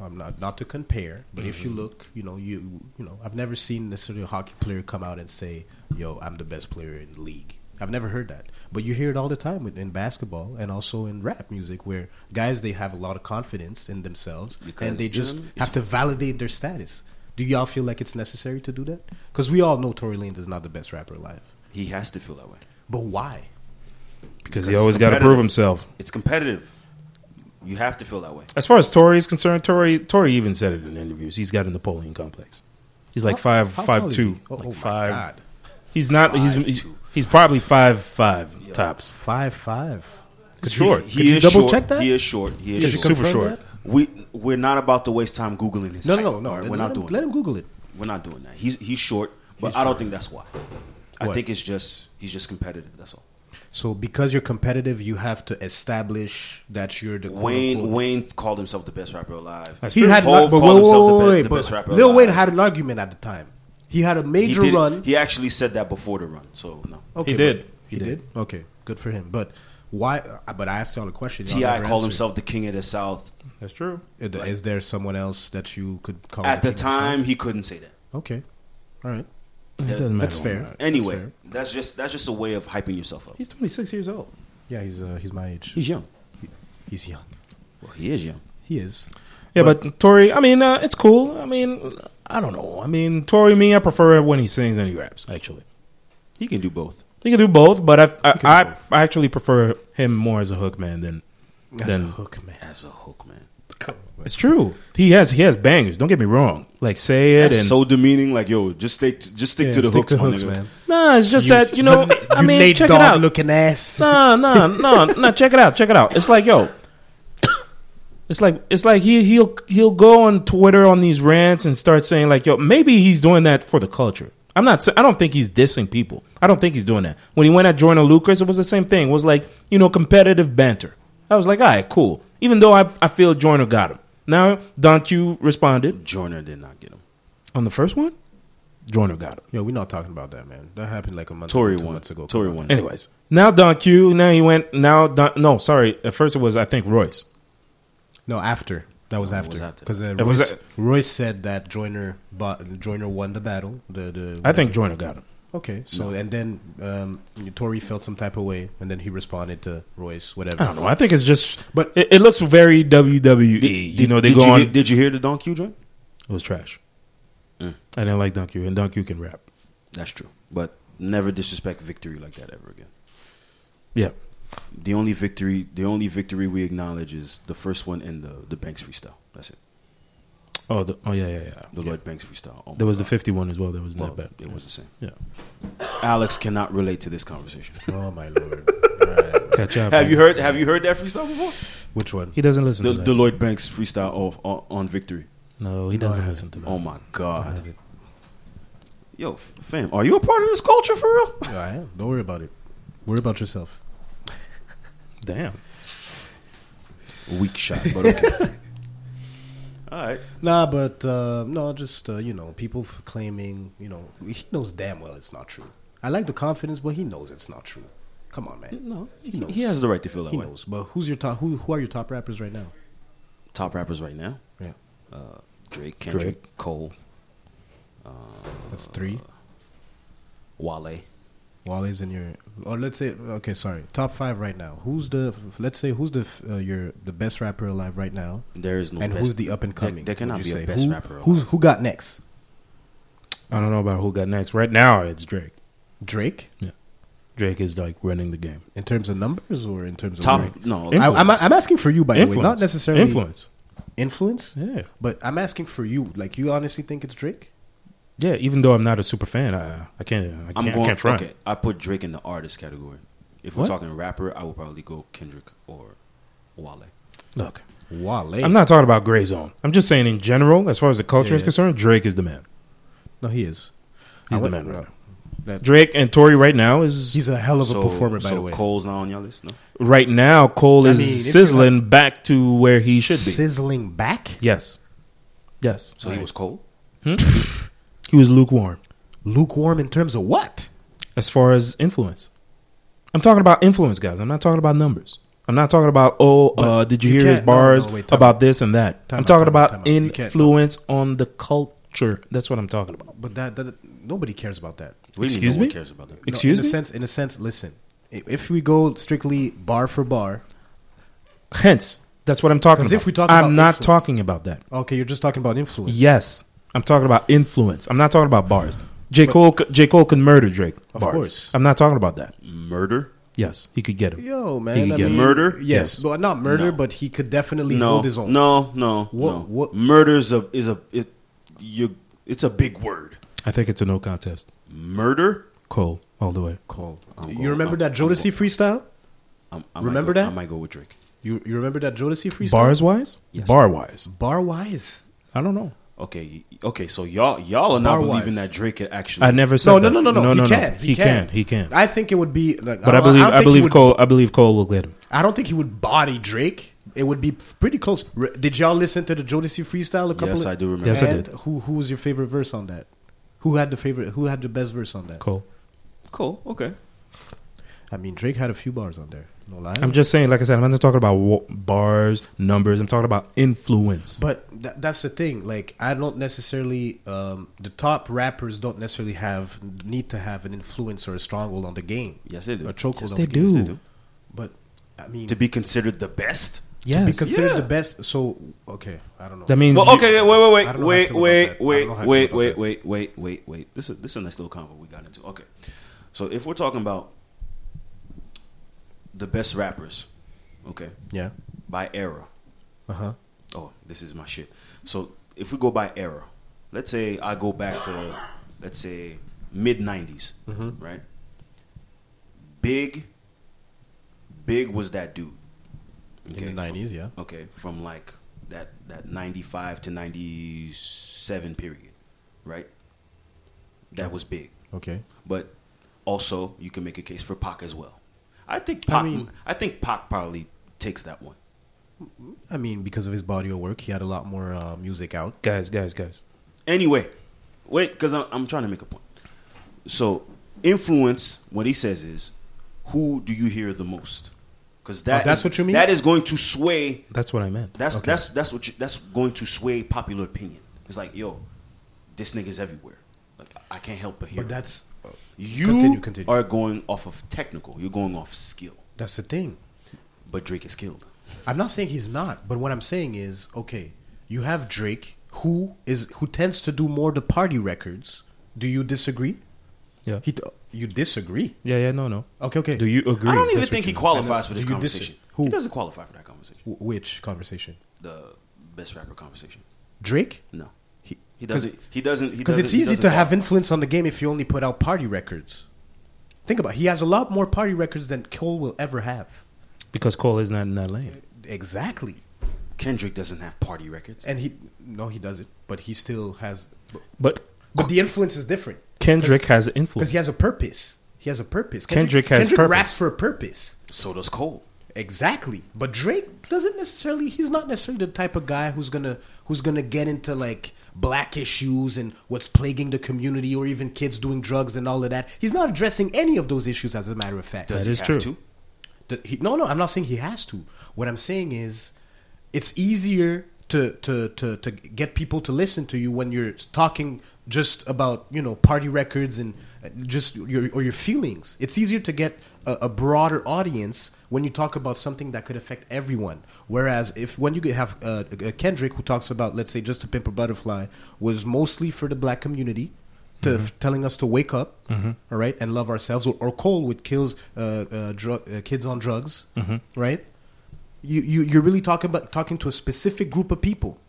S5: I'm not not to compare, but if you look, you know, you you know, I've never seen necessarily a hockey player come out and say, "Yo, I'm the best player in the league." I've never heard that, but you hear it all the time with- in basketball and also in rap music, where guys they have a lot of confidence in themselves
S3: Because,
S5: and they just
S3: um,
S5: have to validate their status. Do y'all feel like it's necessary to do that? Because we all know Tory Lanez is not the best rapper alive,
S3: He has to feel that way.
S5: but why?
S3: because
S4: because he
S3: it's
S4: always got to
S3: competitive.
S4: prove himself.
S3: It's competitive. You have to feel that way.
S4: As far as Tory is concerned, Tory Tory even said it in interviews. He's got a Napoleon complex. He's like five
S5: how
S4: five
S5: tall is
S4: two,
S5: he? Oh,
S4: like
S5: oh my
S4: five.
S5: God.
S4: He's not. he's
S3: Five
S4: he's,
S3: two.
S4: he's probably five five tops.
S5: Five five.
S4: He's short.
S3: He,
S5: Could you
S3: is
S5: double
S3: short.
S5: check that?
S3: He is short. He is
S4: He's
S3: short.
S4: super short.
S5: that?
S3: We we're not about to waste time googling his.
S5: No,
S3: height,
S5: no, no,
S3: all right?
S5: no.
S3: We're
S5: let
S3: not
S5: him-
S3: doing.
S5: Let
S3: that.
S5: him Google it.
S3: We're not doing that. He's he's short, but I don't think that's why. I
S5: What?
S3: think it's just he's just competitive. That's all.
S5: So because you're competitive, you have to establish that you're the
S3: Wayne
S5: quote-unquote-
S3: Wayne called himself the best rapper alive.
S4: That's
S5: He had an,
S3: Hov
S5: but
S3: called
S5: wait, wait,
S3: himself
S5: wait,
S3: the, be-
S5: wait,
S3: the
S5: but
S3: best rapper
S5: Lil
S3: alive.
S5: Wayne had an argument at the time. He had a
S3: he
S5: major
S3: did it-
S5: run.
S3: He actually said that before the run. So no.
S5: okay,
S4: He did.
S5: but-
S4: He
S5: He,
S4: did.
S5: did. Okay, good for him. But why? uh, But I asked y'all a question. y'all
S3: Ti called
S5: never answered.
S3: himself the king of the South.
S4: That's true.
S5: Is there- Is there someone else that you could call
S3: At the
S5: Oh, king of South?
S3: time, he couldn't say that.
S5: Okay, all right.
S4: It doesn't matter.
S5: That's fair.
S3: Anyway,
S5: That's fair.
S3: that's, just that's just a way of hyping yourself up.
S4: He's twenty six years old.
S5: Yeah, he's uh, he's my age.
S3: He's young.
S5: He's young.
S3: Well, he is young.
S5: He is.
S4: Yeah, but, Tory, I mean, uh, it's cool. I mean, I don't know. I mean, Tory, me, I prefer it when he sings and he raps. Actually,
S3: He can do both.
S4: he can do both, but I I,
S5: can
S4: I,
S5: do both.
S4: I actually prefer him more as a hook man than
S5: That's
S4: than
S5: a hook, man.
S3: As a hook, man.
S4: It's true. He has he has bangers. Don't get me wrong. Like say it
S3: That's
S4: and
S3: so demeaning. Like, yo, just stick, to, just stick
S5: Yeah,
S3: to the
S5: stick
S3: hooks,
S5: to
S3: my
S5: hooks,
S3: nigga.
S5: man.
S4: nah. It's just that you know. I
S5: you
S4: mean,
S5: Nate
S4: check it
S5: Dogg
S4: out.
S5: looking ass.
S4: Nah, nah, nah, nah. Check it out. Check it out. It's like yo. It's like it's like he he'll he'll go on Twitter on these rants and start saying like yo maybe he's doing that for the culture. I'm not. sa- I don't think he's dissing people. I don't think he's doing that. When he went at Jordan Lucas, it was the same thing. It was like you know competitive banter. I was like, all right, cool. Even though I I feel Jordan got him, Now Don Q responded
S3: Joyner did not get him.
S4: on the first one. Joyner got him.
S5: Yo, we're not talking about that, man. That happened like a month,
S3: Tory
S5: two
S3: won.
S5: months ago.
S3: Tory
S5: Come on.
S3: won.
S4: Anyways, now Don Q. Now he went. Now Don. No, sorry. At first it was I think Royce.
S5: No, after. That was
S3: No, Oh, it was
S5: after.
S3: after.
S5: Because uh,
S4: It was
S5: Royce,
S4: a-
S5: Royce said that Joyner, bought, Joyner won the battle. The, the
S4: I think Joyner got him.
S5: Okay, so and then um, Tory felt some type of way, and then he responded to Royce, whatever.
S4: I don't know. I think it's just.
S5: But-
S4: But it, it looks very WWE. you know, they
S3: did
S4: go
S3: you,
S4: on.
S3: hear- Did Mm. you hear the Don Q joint?
S4: It was trash. I didn't like Don Q, and Don Q can rap.
S3: That's true. But never disrespect victory like that ever again.
S4: Yeah.
S3: The only victory, the only victory we acknowledge is the first one in the the Banks freestyle. That's it.
S4: Oh, the, oh yeah, yeah, yeah.
S3: The Lloyd Banks freestyle. Oh my
S4: There was the
S3: God.
S4: 51 as well. That was
S3: Well,
S4: not bad.
S3: It was the same.
S4: Yeah.
S3: Alex cannot relate to this conversation.
S5: Oh my lord! All right.
S4: Catch up.
S3: have
S4: man.
S3: you heard? Have you heard that freestyle before?
S5: Which one?
S4: He doesn't listen
S3: The,
S4: to that.
S3: the Lloyd Banks freestyle of, on, on victory.
S4: no, he doesn't
S5: I
S4: listen to that.
S3: Oh my
S5: I
S3: god.
S5: did.
S3: Yo, f- fam, are you a part of this culture for real?
S5: All right, don't worry about it. Worry about yourself.
S4: Damn.
S3: Weak shot, but okay. All right.
S5: Nah, but uh, no, just uh, you know, people f- claiming, you know, he knows damn well it's not true. I like the confidence, but he knows it's not true. Come on, man.
S3: No,
S5: He
S3: he,
S5: knows.
S3: he has the right to feel that
S5: He
S3: way.
S5: knows. But who's your top? Who who are your top rappers right now?
S3: Top rappers right now:
S5: Yeah,
S3: uh, Drake, Kendrick,
S4: Drake.
S3: Cole,
S5: that's three.
S3: Wale.
S5: Wale's in your, or let's say, okay, sorry, top five right now. Who's the, f- let's say, who's the f- uh, your the best rapper alive right now,
S3: There is no.
S5: and
S3: best-
S5: who's the up and coming?
S3: There, there cannot
S5: would
S3: be
S5: you
S3: a
S5: say?
S3: best
S5: Who-
S3: rapper.
S5: Who's
S3: alive.
S5: who got next?
S4: I don't know about who got next. Right now, it's Drake.
S5: Drake
S4: Drake is like running the game.
S5: in terms of numbers or in terms of
S3: top?
S5: lyric?
S3: No,
S5: I,
S4: Influence.
S5: I'm I'm asking for you by the way, not necessarily
S4: influence.
S5: influence,
S4: Yeah,
S5: but I'm asking for you. Like you honestly think it's Drake?
S4: yeah. Even though I'm not a super fan, I, I can't. I can't,
S3: I'm
S4: I
S3: going.
S4: can't front.
S3: okay, I put Drake in the artist category. If we're
S4: What?
S3: talking rapper, I would probably go Kendrick or Wale.
S4: Look,
S5: Wale.
S4: I'm not talking about Gray Zone. I'm just saying in general, as far as the culture
S5: Yeah,
S4: is
S5: yeah.
S4: concerned, Drake is the man.
S5: No, he is.
S4: He's the
S5: I would-
S4: man right now.
S5: That-
S4: Drake and Tory right now is
S5: He's a hell of a
S3: so,
S5: performer, by
S3: so
S5: the way.
S3: Cole's not on your list. No,
S4: right now. Cole
S5: I
S4: is
S5: mean, if you're
S4: sizzling back to where he should be.
S5: Sizzling back,
S4: yes, yes.
S3: so he was Cole.
S4: He was lukewarm
S5: lukewarm in terms of what?
S4: as far as influence. I'm talking about influence, guys. I'm not talking about numbers. I'm not talking about oh, uh, did you,
S5: you
S4: hear his
S5: can't- no,
S4: bars
S5: no, wait, time
S4: about this and that.
S5: Time
S4: I'm
S5: out,
S4: talking
S5: time
S4: about
S5: out, time out. You can't-
S4: influence on the culture. That's what I'm talking about.
S5: But that, that nobody cares about that.
S3: We
S4: Excuse
S3: no one
S4: me?
S3: cares about that.
S5: No,
S4: Excuse
S5: in
S4: me.
S5: A sense, in a sense, listen. i- If we go strictly bar for bar,
S4: Hence, that's what I'm talking
S5: 'Cause
S4: about.
S5: if we talk
S4: I'm
S5: about
S4: not
S5: influence-
S4: talking about that.
S5: okay, you're just talking about influence.
S4: Yes, I'm talking about influence. I'm not talking about bars. J Cole, c- J Cole can murder Drake.
S5: Of
S4: bars.
S5: course.
S4: I'm not talking about that.
S3: Murder.
S4: Yes, he could get him.
S5: Yo,
S4: He
S5: man,
S4: could
S5: I
S4: get
S5: mean,
S3: Murder?
S5: Yes,
S4: Yes.
S5: but not murder,
S3: No.
S5: but he could definitely
S3: No,
S5: hold his own.
S3: no, no,
S5: What-
S3: no.
S5: what-
S3: Murder is a is a it, you. It's a big word.
S4: I think it's a no contest.
S3: Murder.
S4: Cole, all the way.
S5: Cole,
S3: I'm
S5: you
S3: going-
S5: remember
S3: I'm-
S5: that
S3: I'm
S5: Jodeci freestyle?
S3: I'm, I
S5: Remember
S3: might go,
S5: that?
S3: I might go with Drake.
S5: You you remember that Jodeci freestyle?
S4: Bars wise,
S3: Yes.
S4: bar wise,
S5: bar wise.
S4: I don't know.
S3: Okay, y- okay. So y'all y'all are not
S5: Bar-wise.
S3: believing that Drake could actually.
S4: I never said
S5: No, no,
S4: that.
S5: no, no, no, He can.
S4: He can. He can.
S5: I think it would be. Like,
S4: But I
S5: don't-
S4: believe
S5: don't
S4: I,
S5: think he
S4: believe
S5: would-
S4: Cole I believe Cole will get him.
S5: I don't think he would body Drake. It would be pretty close. R- did y'all listen to the Jodeci freestyle? A couple.
S3: Yes,
S5: of,
S3: I do remember.
S4: Yes, I
S5: and
S4: did.
S5: Who who was your favorite verse on that? Who had the favorite? Who had the best verse on that?
S4: Cole.
S3: Cool. Okay.
S5: I mean, Drake had a few bars on there. No lie.
S4: I'm just saying. Like I said, I'm not talking about wa- bars, numbers. I'm talking about influence.
S5: but tha that's the thing. Like, I don't necessarily. Um, the top rappers don't necessarily have need to have an influence or a stronghold on the game.
S3: Yes, they do.
S5: A chokehold.
S4: Yes,
S5: on
S4: they
S5: the game.
S4: do.
S5: But I mean,
S3: To
S5: to
S3: be considered the best.
S4: yes.
S5: be considered
S3: Yeah.
S5: the best. So okay, I don't know.
S4: that means
S3: Well, okay, yeah, wait,
S5: I
S3: wait,
S5: don't know how I
S3: wait,
S5: feel
S3: wait,
S5: about that. I
S3: wait,
S5: don't know how I
S3: wait,
S5: feel
S3: wait,
S5: about
S3: wait, wait, wait, wait. This is this is a nice little combo we got into. Okay, so if we're talking about the best rappers, okay,
S5: Yeah.
S3: by era.
S5: Uh huh.
S3: Oh, this is my shit. So if we go by era, let's say I go back to let's say mid '90s, right? Big, big was that dude
S5: In the
S3: from-
S5: '90s, yeah.
S3: Okay, from like that that 95 to 97 period, right? That was big.
S5: Okay.
S3: But also, you can make a case for Pac as well. I think Pac I,
S5: mean-
S3: think Pac probably takes that one.
S5: I mean, because of his body of work, he had a lot more uh, music out.
S4: Guys, guys, guys.
S3: Anyway, wait, because I'm, I'm trying to make a point. So, influence, what he says is, who do you hear the most? Because that
S5: Oh, that's
S3: is-
S5: what you mean?
S3: That is going to sway.
S4: That's what I meant.
S3: That's that's that's what you, that's going to sway popular opinion. It's like, yo, this nigga's everywhere. Like, I can't help but hear.
S5: But
S3: him.
S5: that's
S3: you
S5: Continue, continue.
S3: are going off of technical. You're going off skill.
S5: that's the thing.
S3: But Drake is killed.
S5: I'm not saying he's not, but what I'm saying is, okay, you have Drake, who is who tends to do more the party records. Do you disagree?
S4: Yeah.
S5: He, t- you disagree?
S4: Yeah, yeah, no, no.
S5: Okay, okay.
S4: Do you agree?
S3: I don't even
S4: That's
S3: think
S4: what
S3: he
S4: you-
S3: qualifies for this
S5: Do you
S3: conversation.
S5: disagree? Who?
S3: He doesn't qualify for that conversation.
S5: Wh- which conversation?
S3: The best rapper conversation.
S5: Drake?
S3: No,
S5: He
S3: he doesn't. He doesn't. he
S5: Because
S3: doesn't-
S5: it's
S3: he
S5: easy
S3: doesn't
S5: to have
S3: qualify.
S5: influence on the game if you only put out party records. Think about it. he has a lot more party records than Cole will ever have.
S4: because Cole is not in that lane.
S5: Exactly.
S3: Kendrick doesn't have party records.
S5: And he no, he doesn't. But he still has. But,
S4: But
S5: but the influence is different.
S4: Kendrick has
S5: because
S4: influence.
S5: he has a purpose. He has a purpose.
S4: Kendrick has
S5: Kendrick
S4: purpose.
S5: raps for a purpose.
S3: so does Cole.
S5: Exactly. But Drake doesn't necessarily he's not necessarily the type of guy who's gonna who's gonna get into like black issues and what's plaguing the community or even kids doing drugs and all of that. He's not addressing any of those issues as a matter of fact.
S3: Does
S4: That
S3: he
S4: is
S3: have
S4: true.
S3: to?
S5: The- he- no, no, I'm not saying he has to. What I'm saying is, it's easier to to to to get people to listen to you when you're talking just about you know party records and uh, just your or your feelings. It's easier to get a, a broader audience when you talk about something that could affect everyone. Whereas if when you could have uh, uh, Kendrick who talks about let's say just to pimp a butterfly was mostly for the black community to f- telling us to wake up, all right, and love ourselves, or, or Cole with kills uh, uh, drug uh, kids on drugs, right? You, you you're really talking about talking to a specific group of people,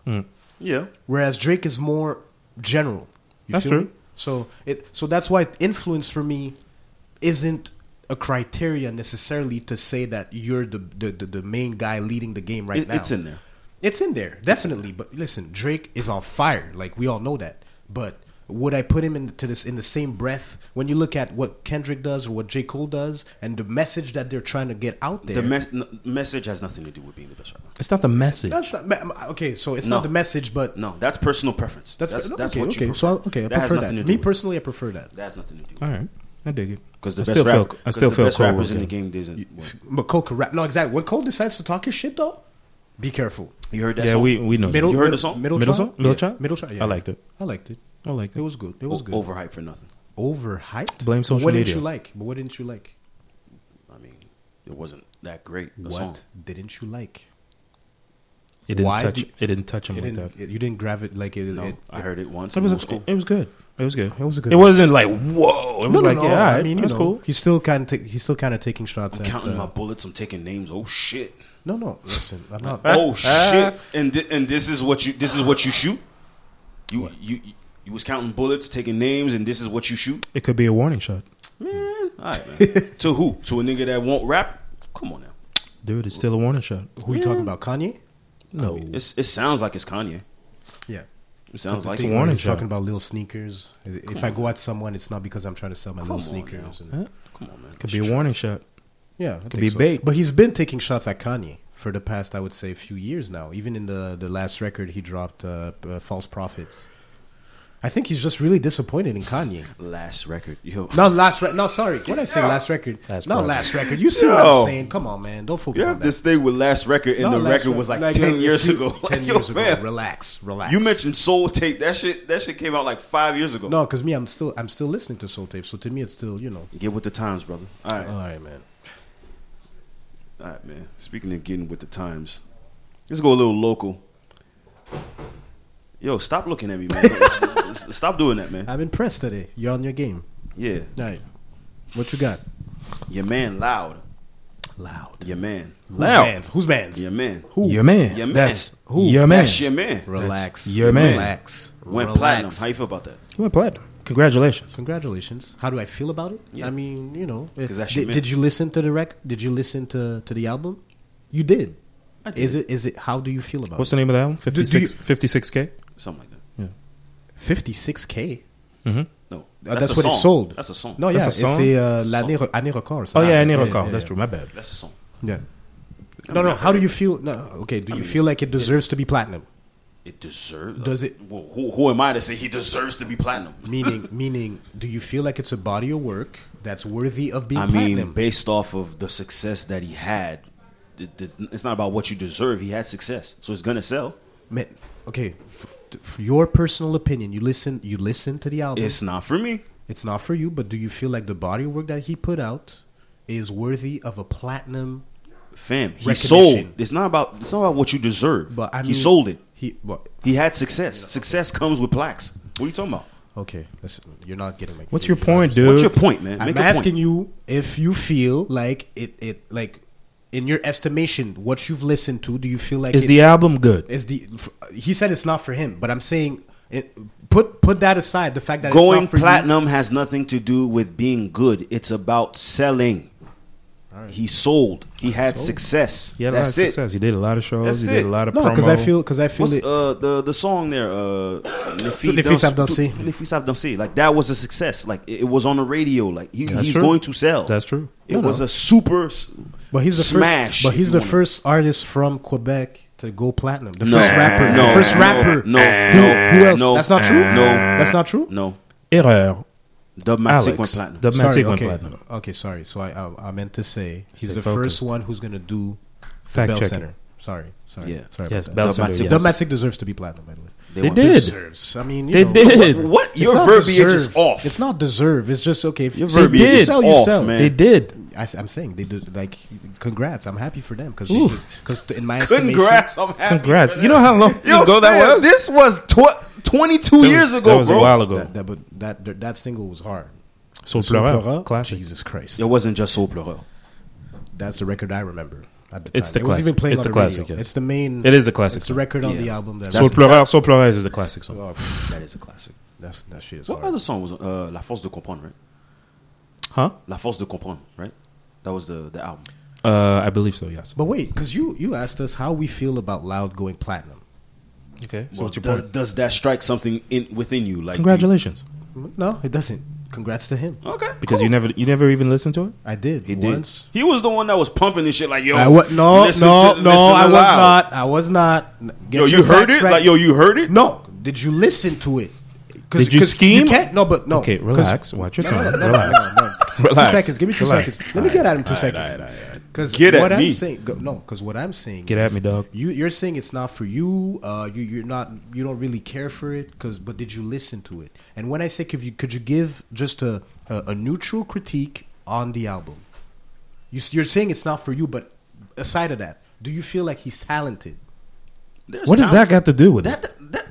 S3: Yeah.
S5: whereas Drake is more general. You
S4: That's
S5: feel
S4: true.
S5: me? So it so that's why influence for me isn't a criteria necessarily to say that you're the the, the, the main guy leading the game right
S3: It-
S5: now.
S3: it's in there.
S5: It's in there, definitely. But listen, Drake is on fire. Like we all know that. But would I put him into this in the same breath when you look at what Kendrick does or what J. Cole does and the message that they're trying to get out there?
S3: The mes- n- message has nothing to do with being the best rapper.
S4: It's not the message.
S5: that's not ma- okay. So it's
S3: No.
S5: not the message, but
S3: No, that's personal preference.
S5: that's
S3: that's,
S5: no,
S3: that's
S5: okay,
S3: what
S5: okay.
S3: you prefer.
S5: So I- okay, I
S3: that has
S5: prefer
S3: nothing
S5: that.
S3: to do.
S5: Me
S3: with-
S5: personally, I prefer that.
S3: that has nothing to do.
S4: All right, I dig it.
S3: Because the
S4: I
S3: best
S4: still
S3: rapper,
S4: feel, I still feel
S3: the best
S4: Cole
S3: rappers
S4: was
S3: in the game
S4: good.
S3: doesn't. work.
S5: But Cole could rap. No, exactly. When Cole decides to talk his shit, though, be careful.
S3: You heard that?
S4: Yeah,
S3: song?
S4: we we know.
S5: Middle,
S4: that.
S3: You heard
S5: middle
S3: the song?
S5: Middle,
S4: Middle
S5: child?
S4: song? Middle
S5: Yeah.
S4: child?
S5: Middle child. Yeah.
S4: I liked it.
S5: I liked it.
S4: I like
S5: It
S4: it.
S5: was good. It was
S3: O-
S5: good.
S3: overhyped for nothing.
S5: Overhyped.
S4: Blame social
S5: what didn't
S4: media.
S5: you like? But what didn't you like?
S3: I mean, it wasn't that great. The
S5: what
S3: song.
S5: didn't you like?
S4: It didn't
S5: Why
S4: touch.
S5: do-
S4: it didn't touch him
S5: It
S4: like
S5: didn't,
S4: that.
S5: it- you didn't grab it like it.
S3: No,
S5: it-
S3: I heard it once.
S4: It
S3: and
S4: was,
S3: it was cool.
S4: it was good. It was good.
S5: It was a good
S4: It
S5: one.
S4: wasn't like whoa. It was like yeah, all right,
S5: you
S4: that's
S5: know,
S4: cool.
S5: He's still kind of he's still kind of taking shots.
S3: I'm
S5: at,
S3: counting
S5: uh,
S3: my bullets. I'm taking names. Oh shit.
S5: No, no. Listen, I'm not.
S3: Oh shit. And thi- and this is what you this is what you shoot. You you you- you was counting bullets, taking names, and this is what you shoot.
S4: It could be a warning shot.
S3: Man, all right, man. to who? To a nigga that won't rap? Come on now.
S4: Dude, it's still a warning shot.
S5: Who you talking about, Kanye?
S4: No.
S3: It's, it sounds like it's Kanye.
S5: Yeah.
S3: It sounds like
S5: It's
S4: thing- warning shot.
S5: talking about little sneakers. If I go at someone, it's not because I'm trying to sell my
S3: Come
S5: little
S3: on
S5: sneakers.
S3: now.
S5: and-
S3: Come on, man.
S4: could be a warning shot.
S5: Yeah, I think
S4: be bait.
S5: But he's been taking shots at Kanye for the past, I would say, few years now. Even in the the last record, he dropped uh, p- uh, "False Prophets." I think he's just really disappointed in Kanye.
S3: Last record, yo.
S5: No, last re- no, sorry. What I say, last record?
S4: Last
S5: no,
S4: project.
S5: last record. You see what I'm
S3: Yo.
S5: saying? Come on, man. Don't focus
S3: You
S5: on
S3: have
S5: that.
S3: this thing with last record, and
S5: No,
S3: the
S5: last
S3: record
S5: rec-
S3: was like, ten
S5: a
S3: years
S5: few-
S3: ago.
S5: Ten
S3: Like, yo,
S5: years ago.
S3: fam,
S5: Relax, relax.
S3: You mentioned Soul Tape. That shit. That shit came out like five years ago.
S5: no, because me, I'm still I'm still listening to Soul Tape. So to me, it's still you know.
S3: Get with the times, brother. All right,
S5: All right, man.
S3: all right, man. Speaking of getting with the times, let's go a little local. Yo, stop looking at me, man. stop doing that, man.
S5: I'm impressed today. You're on your game.
S3: Yeah,
S5: All right. What you got?
S3: your man, loud.
S5: Loud.
S3: Your man.
S5: Who's
S4: Loud.
S5: bands? Who's bands?
S3: Your man.
S5: Who?
S4: Your man.
S3: Your man.
S4: That's
S5: Who?
S4: your man.
S3: That's your man.
S5: Relax.
S4: That's your man.
S5: Relax.
S3: Went
S5: Relax.
S3: platinum. How you feel about that?
S4: He went platinum. Congratulations.
S5: Congratulations. How do I feel about it?
S3: Yeah.
S5: I mean, you know,
S3: 'Cause that's
S5: did,
S3: your man.
S5: did you listen to the record? Did you listen to, to the album? You did.
S3: I did.
S5: Is it? Is it? How do you feel about
S4: What's the
S5: it?
S4: name of the album?
S5: do
S4: 56, 56K?
S3: Something like that.
S5: Fifty six k.
S4: Mm-hmm.
S3: No,
S5: Uh, That's,
S3: a
S5: what it
S3: song.
S5: sold.
S3: That's a song.
S5: No,
S4: That's
S5: yeah,
S4: a
S5: it's
S4: song?
S5: a uh,
S3: Song.
S5: l'année, re- année record. or
S4: Oh,
S5: something.
S4: yeah, I need a call.
S5: yeah,
S4: That's true. My bad.
S3: That's a song.
S5: Yeah. No, no. How do you feel? No, okay. Do you
S3: mean,
S5: feel like it deserves to be platinum?
S3: It deserves.
S5: Does it-
S3: Well, who, who am I to say he deserves to be platinum?
S5: Meaning, meaning, do you feel like it's a body of work that's worthy of being
S3: I
S5: platinum?
S3: mean, based off of the success that he had, it- it's it's not about what you deserve. He had success, so it's gonna sell.
S5: Man, okay. F- t- f- your personal opinion. You listen. You listen to the album.
S3: It's not for me.
S5: It's not for you, but do you feel like the body of work that he put out is worthy of a platinum?
S3: Fam, he
S5: Recognition.
S3: sold. It's not about. It's not about what you deserve.
S5: But I mean,
S3: he sold it.
S5: He well,
S3: He had success. Success comes with plaques. What are you talking about?
S5: okay. Listen, you're not getting my.
S4: What's your point, dude?
S3: What's your point, man?
S5: I'm
S3: a
S5: asking
S3: point.
S5: you if you feel like it. It like in your estimation, what you've listened to. Do you feel like
S4: Is
S5: it-
S4: the album good?
S5: is the f- he said it's not for him, but I'm saying it, put put that aside. The fact that it's
S3: Going
S5: not for you-
S3: platinum has nothing to do with being good. It's about selling. He sold. He had success.
S4: He had a lot of
S3: That's it.
S4: success. He did a lot of shows.
S3: That's
S4: he did
S3: it.
S4: a lot of
S5: no,
S4: promo.
S5: because I feel because I feel
S3: What's
S5: it.
S3: uh, the the song there? Uh, les
S5: Les filles savent danser.
S3: Tout- Les filles savent danser. Like that was a success. Like it, it was on the radio. Like he,
S4: That's
S3: he's
S4: true.
S3: going to sell.
S4: That's true.
S3: It
S5: No, no.
S3: was a super. s-
S5: but he's the
S3: smash.
S5: first. But
S3: if
S5: he's
S3: you
S5: the
S3: wanna-
S5: first artist from Quebec to go platinum. The
S3: No.
S5: first rapper.
S3: No.
S5: the first
S3: No.
S5: rapper.
S3: No.
S5: Who,
S3: No.
S5: who else?
S3: No.
S5: That's not true.
S3: No.
S5: That's not true.
S3: No,
S4: Error.
S3: Dubmatic
S4: Alex.
S3: went platinum.
S4: Dubmatic
S5: Sorry.
S4: went
S5: Okay.
S4: platinum.
S5: Okay. Sorry. So I, I I meant to say he's
S4: Stay
S5: the
S4: focused.
S5: first one who's gonna do the
S4: Fact
S5: Bell
S4: checking.
S5: Center. Sorry. Sorry.
S3: Yeah.
S5: Sorry.
S4: Yes,
S5: about
S4: Bell
S3: Dubmatic.
S4: Center, yes.
S5: that. Dubmatic deserves to be platinum. By the way.
S4: They
S3: went-
S4: did.
S5: Deserves. I mean, you
S4: They
S5: know.
S4: did.
S3: What
S5: It's
S3: your
S5: not
S3: verbiage is
S5: deserve.
S3: off.
S5: It's not deserve. It's just okay. If
S3: Your
S5: sell,
S3: verbiage
S5: you
S4: is
S5: sell, you
S3: off,
S5: sell.
S3: man.
S4: They did.
S5: I, am saying they do. Like, congrats. I'm happy for them because
S4: Ooh.
S5: in my estimation,
S3: Congrats, I'm happy.
S4: Congrats.
S3: for
S4: You know how long
S3: Yo,
S4: ago that
S3: fam,
S4: was?
S3: This was tw- 22
S4: That
S3: years
S4: was-
S3: ago,
S4: That was
S3: bro.
S4: a while ago.
S5: that, that but that that- that single was hard.
S4: Soul
S5: Soul
S4: Pleura.
S5: Pleura,
S4: Classic.
S5: Jesus Christ.
S3: It wasn't just Soul Pleureur.
S5: That's the record I remember. At the
S4: It's
S5: time.
S4: the
S5: It was even
S4: classic.
S5: playing
S4: It's
S5: on
S4: the
S5: the
S4: classic,
S5: radio.
S4: yes.
S5: It's the main.
S4: It is the classic
S5: It's the
S4: song.
S5: record on
S3: Yeah.
S5: the album. That
S4: Soul
S5: that's,
S4: Pleura. Soul Pleura is the classic song.
S5: oh,
S3: That is a classic.
S5: that's that shit is
S3: What
S5: hard.
S3: other song was uh, La Force de Comprendre, right?
S4: Huh?
S3: La Force de Comprendre, right? That was the, the album.
S4: Uh, I believe so, yes.
S5: But wait, because you you asked us how we feel about Loud going platinum.
S4: Okay. So
S3: Well,
S4: what's your
S3: does-
S4: point?
S3: Does that strike something in within you? Like
S4: Congratulations.
S5: No, it doesn't. Congrats to him.
S3: you- okay,
S4: Because
S3: cool.
S4: you never you never even listened to it?
S5: I did.
S3: He did.
S5: once.
S3: He was the one that was pumping this shit. Like yo,
S5: I was no,
S3: listen
S5: no,
S3: to-
S5: no.
S3: listen
S5: I was
S3: aloud.
S5: not. I was not. N- get
S3: Yo,
S5: your
S3: you heard
S5: facts
S3: it.
S5: right.
S3: Like yo, you heard it.
S5: no. Did you listen to it? 'Cause-
S4: Did you
S5: 'cause
S4: scheme?
S5: can't. No, but no.
S4: Okay,
S5: 'cause-
S4: relax. Watch your
S5: No, no,
S4: tone.
S5: no, no,
S4: Relax.
S5: no, no.
S4: Relax.
S5: Two seconds. Give me two
S4: Relax.
S5: seconds. Let me get at him two seconds. Because
S3: Get at
S5: what I'm
S3: me.
S5: saying, go, no, because what I'm saying,
S4: Get at
S5: is
S4: me, dog.
S5: You, you're saying it's not for you. Uh, you, you're not. You don't really care for it. Cause, but did you listen to it? And when I say, could you, could you give just a, a, a neutral critique on the album? You, s- you're saying it's not for you, but aside of that, do you feel like he's talented?
S3: There's
S4: What does that
S3: talent.
S4: got to do with it?
S3: That, that,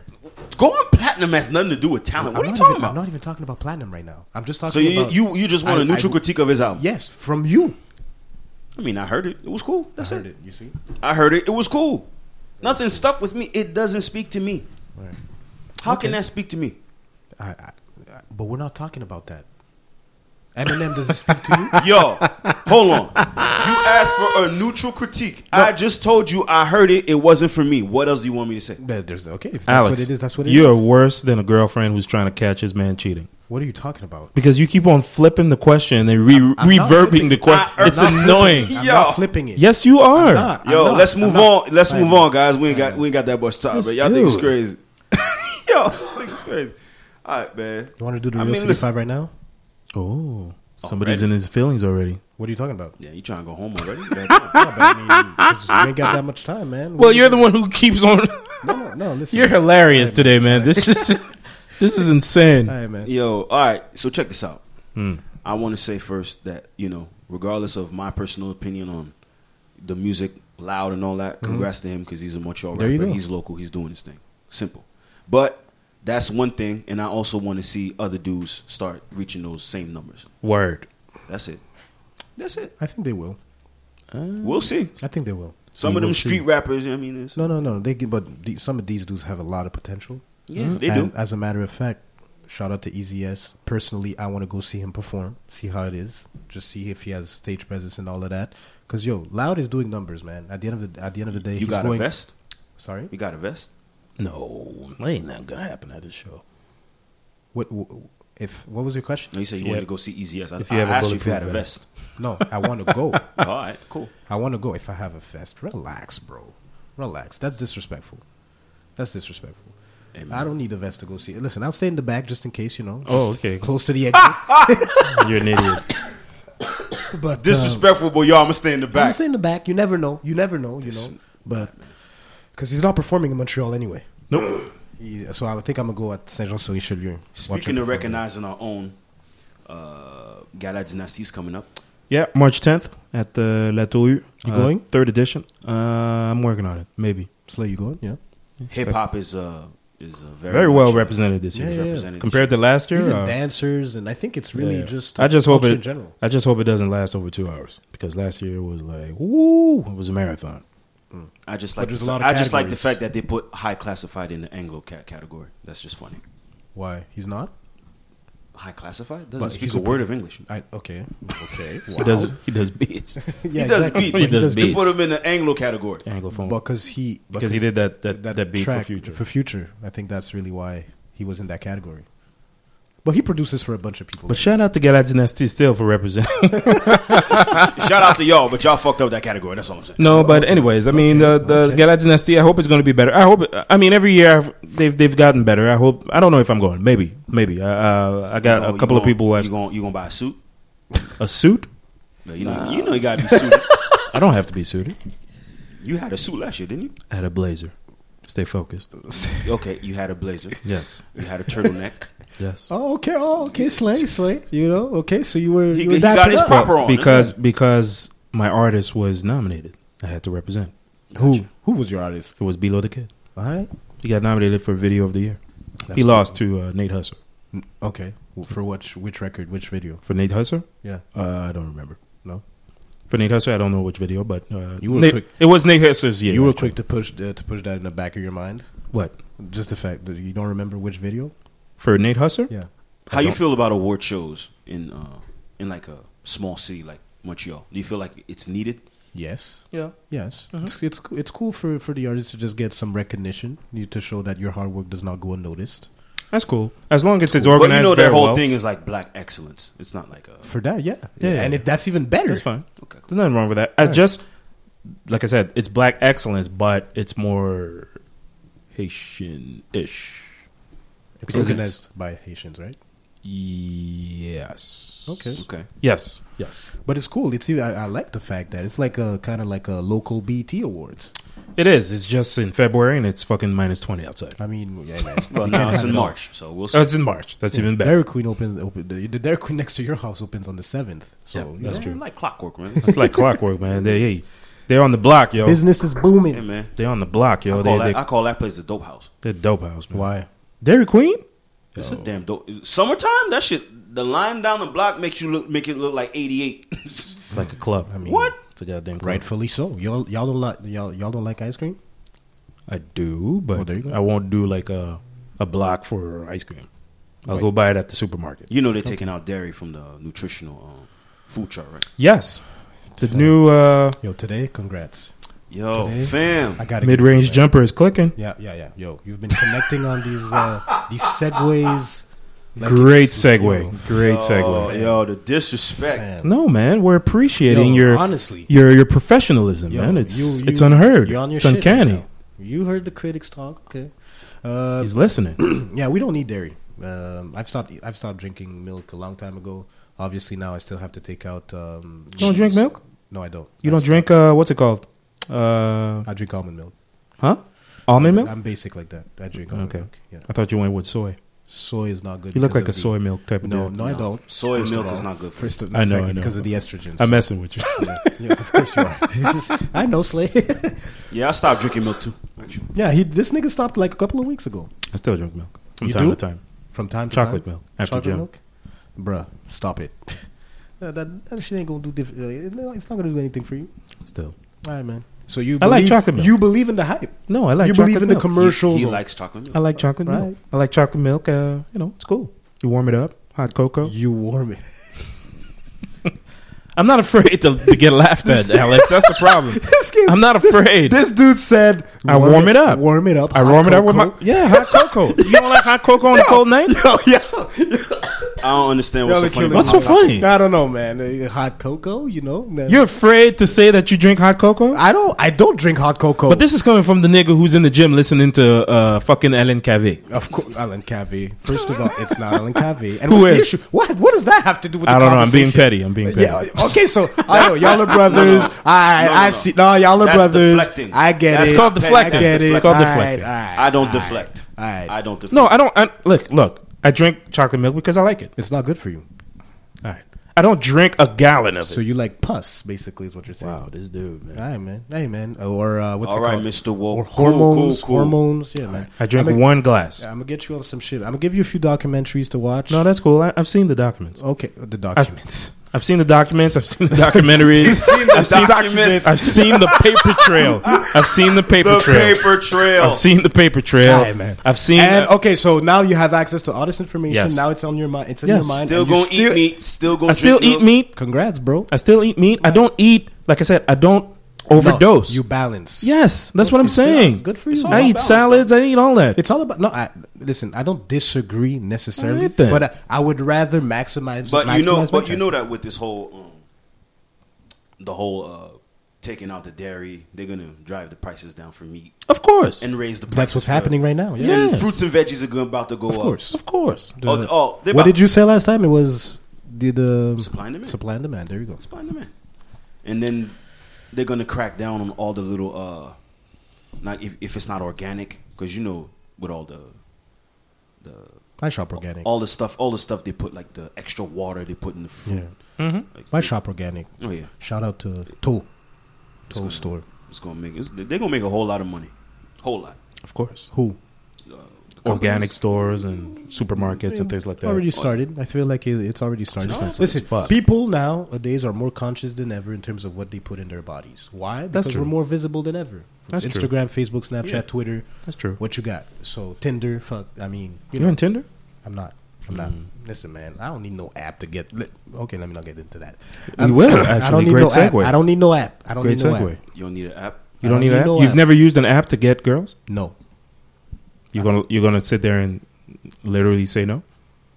S3: going platinum has nothing to do with talent. What
S5: I'm
S3: are you
S5: not
S3: talking
S5: even,
S3: about?
S5: I'm not even talking about platinum right now. I'm just talking.
S3: so you,
S5: about,
S3: you you just want a
S5: I-
S3: neutral
S5: I-
S3: critique of his album?
S5: Yes, from you.
S3: I mean, I heard it. It was cool. That's it.
S5: You see.
S3: I heard it. It was cool. Nothing stuck with me. It doesn't speak to me.
S5: Right.
S3: How can that speak to me?
S5: I, I, I- but we're not talking about that. Eminem doesn't speak to you.
S3: Yo, hold on. You asked for a neutral critique. I just told you I heard it. It wasn't for me. What else do you want me to say?
S5: But there's okay. If that's
S4: Alex,
S5: what it is, that's what it
S4: you are
S5: is.
S4: worse than a girlfriend who's trying to catch his man cheating.
S5: What are you talking about?
S4: Because you keep on flipping the question and re-
S5: I'm not
S4: reverbing the
S5: flipping.
S4: question.
S3: I- I'm
S4: It's
S3: not
S4: annoying.
S3: flipping.
S5: I'm
S3: Yo.
S5: not flipping it.
S4: Yes, you are.
S5: not. I'm
S3: Yo,
S5: not.
S3: let's move
S5: I'm not.
S3: on. Let's
S5: I
S3: move
S5: know.
S3: on, guys. We ain't got we ain't got that much time,
S4: Let's
S3: but y'all think it's
S4: do it.
S3: crazy. Yo, this nigga's crazy. All right, man.
S5: You want to do the
S3: I
S5: real
S3: mean,
S5: city
S3: listen-
S5: five right now?
S4: Oh, somebody's
S3: Already.
S4: in his feelings already.
S5: What are you talking about?
S3: Yeah, you trying to go home already?
S5: No, but I mean,
S3: Ah,
S5: 'cause you ain't got that much time, man.
S4: Well, you're the one who keeps on.
S5: no, no, no. Listen,
S4: you're hilarious today, man. This is this is insane.
S5: Hey, man.
S3: Yo, all right. So check this out. I want to say first that you know, regardless of my personal opinion on the music, loud and all that, congrats to him because he's a Montreal
S5: There you
S3: rapper.
S5: go.
S3: He's local. He's doing his thing. Simple. But that's one thing, and I also want to see other dudes start reaching those same numbers.
S4: Word.
S3: That's it. That's it.
S5: I think they will.
S3: We'll see.
S5: I think they will.
S3: Some
S4: We
S3: of them
S4: will see.
S3: street rappers. you know what I mean, it's-
S5: No, no, no. They can- but the, some of these dudes have a lot of potential.
S3: yeah, they do.
S5: and uh, As a matter of fact, shout out to Easy S. Personally, I want to go see him perform, see how it is, just see if he has stage presence and all of that. Cause yo, Loud is doing numbers, man. At the end of the at the end of the day,
S3: You
S5: he's
S3: got
S5: going,
S3: a vest.
S5: Sorry,
S3: You got a vest.
S4: No, that ain't not gonna happen at this show.
S5: what, wh- if what was your question?
S3: No, you said you
S4: you
S3: wanted
S4: have-
S3: to go see Easy S. I I
S4: if you have a
S3: asked you if you
S4: bulletproof
S3: had a
S4: vest.
S3: vest.
S5: No, I want to go.
S3: All right, cool.
S5: I want to go if I have a fest. Relax, bro. Relax. That's disrespectful. That's disrespectful.
S3: Amen.
S5: I don't need a vest to go see it. Listen, I'll stay in the back just in case, you know.
S4: Oh,
S5: just
S4: okay.
S5: Close to the exit.
S4: You're an idiot.
S5: but um,
S3: Disrespectful, but y'all, I'm gonna stay in the
S5: I'm
S3: back.
S5: just in the back. You never know. You never know. You know. But because he's not performing in Montreal anyway.
S4: Nope.
S5: He- so I would think I'm gonna go at Saint Jean sur Richelieu.
S3: Speaking of recognizing our own, uh, Gala Dynasty's coming up.
S4: Yeah, March 10th at the La Tour.
S5: You going?
S4: Third edition. Uh, I'm working on it. Maybe.
S5: Slay, you going? Yeah.
S3: Hip hop is uh, is uh, very
S4: Very well
S3: much, uh,
S4: represented this
S5: Yeah,
S4: year.
S5: yeah, yeah.
S3: represented.
S4: Compared to last year,
S5: Even
S4: uh,
S5: dancers, and I think it's really
S4: yeah.
S5: just.
S4: I just hope
S5: culture
S4: it.
S5: in general.
S4: I just hope it doesn't last over two hours because last year was like, woo, it was a marathon.
S3: I just
S5: But
S3: like
S5: there's
S3: the
S5: a lot
S3: fact-
S5: of
S3: I just like the
S5: categories.
S3: fact that they put high classified in the Anglo cat category. That's just funny.
S5: Why he's not?
S3: High classified doesn't
S5: But
S3: speak
S5: he's
S3: a
S5: a-
S3: word of English.
S5: I okay. Okay.
S4: He does. He does beats.
S5: Yeah,
S3: he does
S5: exactly.
S3: beats.
S5: But
S4: He does
S3: They
S4: beats.
S3: put him in the Anglo category.
S4: Anglophone.
S5: because he
S4: because he did that that, that, beat for
S5: track
S4: Future.
S5: For future, I think that's really why he was in that category. But he produces for a bunch of people.
S4: but shout out to Galazinaste still for representing.
S3: Shout out to y'all, but y'all fucked up that category. That's all I'm saying.
S4: No, but anyways, I mean the the
S5: okay.
S4: Gala Dynasty. I hope it's going to be better. I hope. I mean every year I've, they've they've gotten better. I hope. I don't know if I'm going. Maybe, maybe. Uh, uh, I got
S3: You know,
S4: a
S3: you
S4: couple of
S3: gonna-
S4: people who
S3: You
S4: asked
S3: gonna you gonna buy a suit?
S4: a suit.
S3: No, you, know, you know you gotta be suited.
S4: I don't have to be suited.
S3: you had a suit last year, didn't
S4: I had a blazer. Stay focused.
S3: you? Okay, you had a blazer.
S4: Yes.
S3: You had a turtleneck.
S4: Yes.
S5: oh, okay. Oh, okay. Slay, slay. You know. Okay. So you were.
S3: He-
S5: you were
S3: he got
S5: dapping
S3: his
S5: up.
S3: proper on,
S4: because because my artist was nominated. I had to represent.
S5: Who? Who was your artist?
S4: It was Below the Kid.
S5: All right.
S4: He got nominated for Video of the Year. he lost to uh, Nate Husser.
S5: Okay. Well, for which which record? Which video?
S4: For Nate Husser,
S5: Yeah.
S4: uh, I don't remember.
S5: No.
S4: For Nate Husser, I don't know which video, but uh,
S5: You were
S4: Nate-
S5: quick.
S4: It was Nate Husser's year.
S5: you were
S4: actually.
S5: quick to push uh, to push that in the back of your mind.
S4: What
S5: Just the fact that you don't remember which video.
S4: for Nate Husser?
S5: Yeah.
S3: How you feel about award shows in uh, in like a small city like Montreal? Do you feel like it's needed?
S5: Yes.
S4: Yeah. Mm-hmm.
S5: Yes, it's, it's coo- it's cool for, for the artist to just get some recognition you- to show that your hard work does not go unnoticed.
S4: That's cool. As long as it's
S3: But
S4: organized.
S3: you know their
S4: very
S3: whole
S4: well.
S3: thing is like black excellence. It's not like a
S5: For that, yeah,
S4: Yeah, yeah,
S5: and
S4: yeah.
S5: It, that's even better.
S4: That's fine.
S3: okay.
S4: There's nothing wrong with that. I just like I said, it's black excellence, but it's more Haitian ish.
S5: It's
S4: Because
S5: organized by Haitians, right?
S4: Yes.
S5: Okay.
S3: Okay.
S4: Yes. Yes.
S5: But it's cool. It's even- I, I like the fact that it's like a kind of like a local BT awards.
S4: It is. It's just in February and it's fucking minus twenty outside.
S5: I mean, yeah, man.
S3: Well,
S5: You
S3: now
S5: can't
S3: it's
S5: have
S3: in
S5: it all.
S3: March, so we'll see.
S4: Oh, it's in March. That's even better.
S5: Dairy Queen opens open the, the Dairy Queen next to your house opens on the seventh. So
S4: Yeah,
S5: you
S4: that's
S5: know,
S4: true.
S3: Like clockwork, man.
S4: It's like clockwork, man. They hey, they're on the block, yo.
S5: business is booming.
S3: yeah, man.
S4: They're on the block,
S3: I
S4: yo.
S3: call,
S4: They,
S3: that,
S4: they,
S3: I call that place the dope house.
S4: they're dope house, man.
S5: Why?
S4: Dairy Queen?
S3: It's a damn dope. Summertime, that shit. The line down the block makes you look, make it look like '88.
S4: It's like a club. I mean,
S3: What?
S4: It's a goddamn club.
S5: Rightfully so. Y'all y'all don't like y'all y'all don't like ice cream.
S4: I do, but
S5: Oh, there you go.
S4: I won't do like a a block for ice cream. I'll go buy it at the supermarket.
S3: you know they're taking out dairy from the nutritional um, food chart, right?
S4: Yes. The new uh,
S5: Yo, today, congrats.
S3: Yo,
S5: Today?
S3: fam.
S5: I got
S4: mid range jumper is clicking.
S5: Yeah, yeah, yeah. Yo, you've been connecting on these uh these segues. like
S4: Great
S5: it's-
S4: segue.
S5: yo,
S4: Great
S3: Oh,
S4: segue.
S3: yo, the disrespect.
S5: man.
S4: No, man, we're appreciating
S5: Yo,
S4: your
S5: honestly.
S4: your your professionalism,
S5: Yo,
S4: man. It's
S5: you-
S4: it's
S5: you-
S4: unheard.
S5: You're on your
S4: it's
S5: shit right
S4: uncanny.
S5: now. you heard the critics talk, okay? Uh,
S4: He's listening.
S5: yeah, we don't need dairy. Um, I've stopped. I've stopped drinking milk a long time ago. Obviously, now I still have to take out. Um,
S4: You don't drink
S5: cheese.
S4: milk?
S5: No, I don't.
S4: You don't drink uh, what's it called? Uh,
S5: I drink almond milk.
S4: huh? Almond milk?
S5: I'm basic like that. I drink almond
S4: Okay.
S5: milk. Yeah,
S4: I thought you went with soy.
S5: soy is not good.
S4: You look like
S5: because of
S4: a
S5: the-
S4: soy milk type of
S5: No,
S4: dude.
S5: no, I don't.
S3: Soy
S5: First of
S3: milk is
S5: all.
S3: not good for
S5: First of,
S4: I know, I
S5: exactly,
S4: know.
S5: because of the estrogens.
S4: I'm messing with you.
S5: yeah, of course you are. This is- I know Slay.
S3: Yeah, I stopped drinking milk too. Actually,
S5: yeah, he this nigga stopped like a couple of weeks ago.
S4: I still drink milk from
S5: You
S4: time
S5: do?
S4: to time.
S5: From time to
S4: Chocolate
S5: time.
S4: milk after
S5: Chocolate
S4: gym.
S5: milk. Bruh, stop it. that, that, that shit ain't gonna do diff- uh, no, It's not gonna do anything for you.
S4: Still,
S5: All right, man. So you
S4: I
S5: believe,
S4: like chocolate milk.
S5: You believe in the hype.
S4: no, I like.
S5: you
S4: chocolate
S5: believe in
S4: milk.
S5: the commercials.
S3: He, he
S5: or-
S3: likes chocolate
S4: I
S3: milk.
S4: like chocolate
S5: Right.
S4: milk. I like chocolate milk. Uh, you know, it's cool. You warm it up, hot cocoa.
S5: you warm it.
S4: I'm not afraid to, to get laughed at, Alex. That's the problem.
S5: This kid's-
S4: I'm not
S5: this-
S4: afraid.
S5: This, dude said,
S4: I warm it up.
S5: Warm it up.
S4: I
S5: hot
S4: warm it up with
S5: cocoa."
S4: my yeah, hot cocoa. You don't like hot cocoa on a cold night?
S5: Yo, yo, yo.
S3: I don't understand what's
S5: Y'all
S3: so funny.
S5: are killing
S3: about
S4: What's
S5: me.
S4: so funny?
S5: I don't know, man. Uh, Hot cocoa, you know.
S4: You're afraid to say that you drink hot cocoa?
S5: I don't. I don't drink hot cocoa.
S4: But this is coming from the nigga who's in the gym listening to uh, fucking Ellen Cave.
S5: of course, Alan Cavey. First of all, it's not Alan Cavey. And
S4: Who
S5: what's the
S4: is?
S5: issue? What? What does that have to do with?
S4: I
S5: the
S4: don't know. I'm being
S5: conversation?
S4: petty. I'm being petty.
S5: Yeah. Okay. So I know y'all are brothers.
S3: No, no, no.
S5: I
S3: No, no,
S5: I
S3: no.
S5: see. No, y'all are
S3: That's
S5: brothers.
S3: deflecting.
S5: I get
S3: That's
S5: it.
S4: called deflecting.
S5: I get it.
S4: It's called
S5: All
S4: deflecting.
S5: all right,
S3: I don't
S5: all
S3: deflect.
S5: right, All right.
S3: I don't deflect.
S4: No, I don't. I, look, look. I drink chocolate milk because I like it.
S5: It's not good for you.
S4: All right. I don't drink a gallon of
S5: So
S4: it.
S5: you like pus, basically, is what you're saying.
S4: Wow, this dude, man.
S5: All right, man. Hey, man. Or uh, what's
S3: All
S5: it
S3: right,
S5: called?
S3: Mr. Woke.
S5: Or
S3: Cool, cool,
S5: hormones.
S3: cool.
S5: Hormones. Yeah, man.
S4: I drink
S5: I'm
S4: one glass.
S5: I'm gonna get you on some shit. I'm gonna give you a few documentaries to watch.
S4: No, that's cool. I, I've seen the documents.
S5: okay. The
S4: I've,
S5: documents.
S4: I've seen the documents. I've seen the documentaries.
S3: seen the
S4: I've seen
S3: documents.
S4: I've seen the paper trail. I've seen the paper
S3: the
S4: trail.
S3: paper trail.
S4: I've seen the paper trail.
S5: Aye, man.
S4: I've seen.
S5: And okay, so now you have access to all this information.
S4: Yes.
S5: Now it's on your mind. It's in
S4: Yes.
S5: your mind.
S3: still
S5: and you
S3: gonna eat meat. Still gonna
S4: I still
S3: drink
S4: eat
S3: milk.
S4: meat.
S5: Congrats, bro.
S4: I still eat meat. I don't eat. Like I said, I don't overdose.
S5: No, you balance.
S4: yes, that's what I'm
S5: Good for you.
S4: saying.
S5: Good for you.
S4: I eat salads. I eat all that.
S5: It's all about no. I, listen, I don't disagree necessarily,
S4: Alright then.
S5: but I, I would rather maximize.
S3: But you know,
S5: maximize my
S3: but you know
S5: chances.
S3: that with this whole, um, the whole uh, taking out the dairy, they're gonna drive the prices down for meat
S4: of course.
S3: and raise the prices.
S5: that's what's
S3: for-
S5: happening right now. Yeah,
S3: And
S4: Yeah.
S3: fruits and veggies are go- about to go
S5: of
S3: up.
S5: course.
S4: of course.
S3: Oh,
S5: The-
S3: oh, they're
S5: what
S3: about-
S5: did you say last time? It was did uh,
S3: Supply and demand.
S5: Supply and demand. There you go.
S3: Find them in. And then they're gonna crack down on all the little, uh, not if, if it's not organic, because you know, with all the
S5: I shop organic.
S3: all the stuff, all the stuff they put like the extra water they put in the food.
S4: Mm-hmm.
S3: Like,
S5: I shop organic.
S3: Oh yeah,
S5: Shout out to Toe, Toe Store.
S3: it's gonna make it's, they're gonna make a whole lot of money, whole lot.
S4: Of course.
S5: Who
S3: The
S4: Organic
S3: companies-
S4: stores and supermarkets and things like that.
S5: already started? I feel like it, it's already started.
S4: expensive
S5: Listen,
S4: as fuck.
S5: people nowadays are more conscious than ever in terms of what they put in their bodies. Why? Because
S4: true.
S5: we're more visible than ever.
S4: That's true.
S5: Instagram, Facebook, Snapchat,
S3: Yeah.
S5: Twitter.
S4: That's true.
S5: What you got? So Tinder, fuck. I mean, you
S4: You're
S5: know,
S4: on Tinder? Mm.
S5: I'm not. I'm not. Listen, man, I don't need no app to get. li- Okay, let me not get into that.
S4: We
S5: I'm-
S4: will,
S5: I
S4: actually.
S5: don't need
S4: Great
S5: no app.
S4: segue.
S5: I don't need no app. I don't
S4: Great
S5: need no
S4: segue.
S5: app.
S3: You don't need an app.
S4: You don't, need an app? You've never used an app to get girls?
S5: No,
S4: You're gonna you're gonna sit there and literally say no?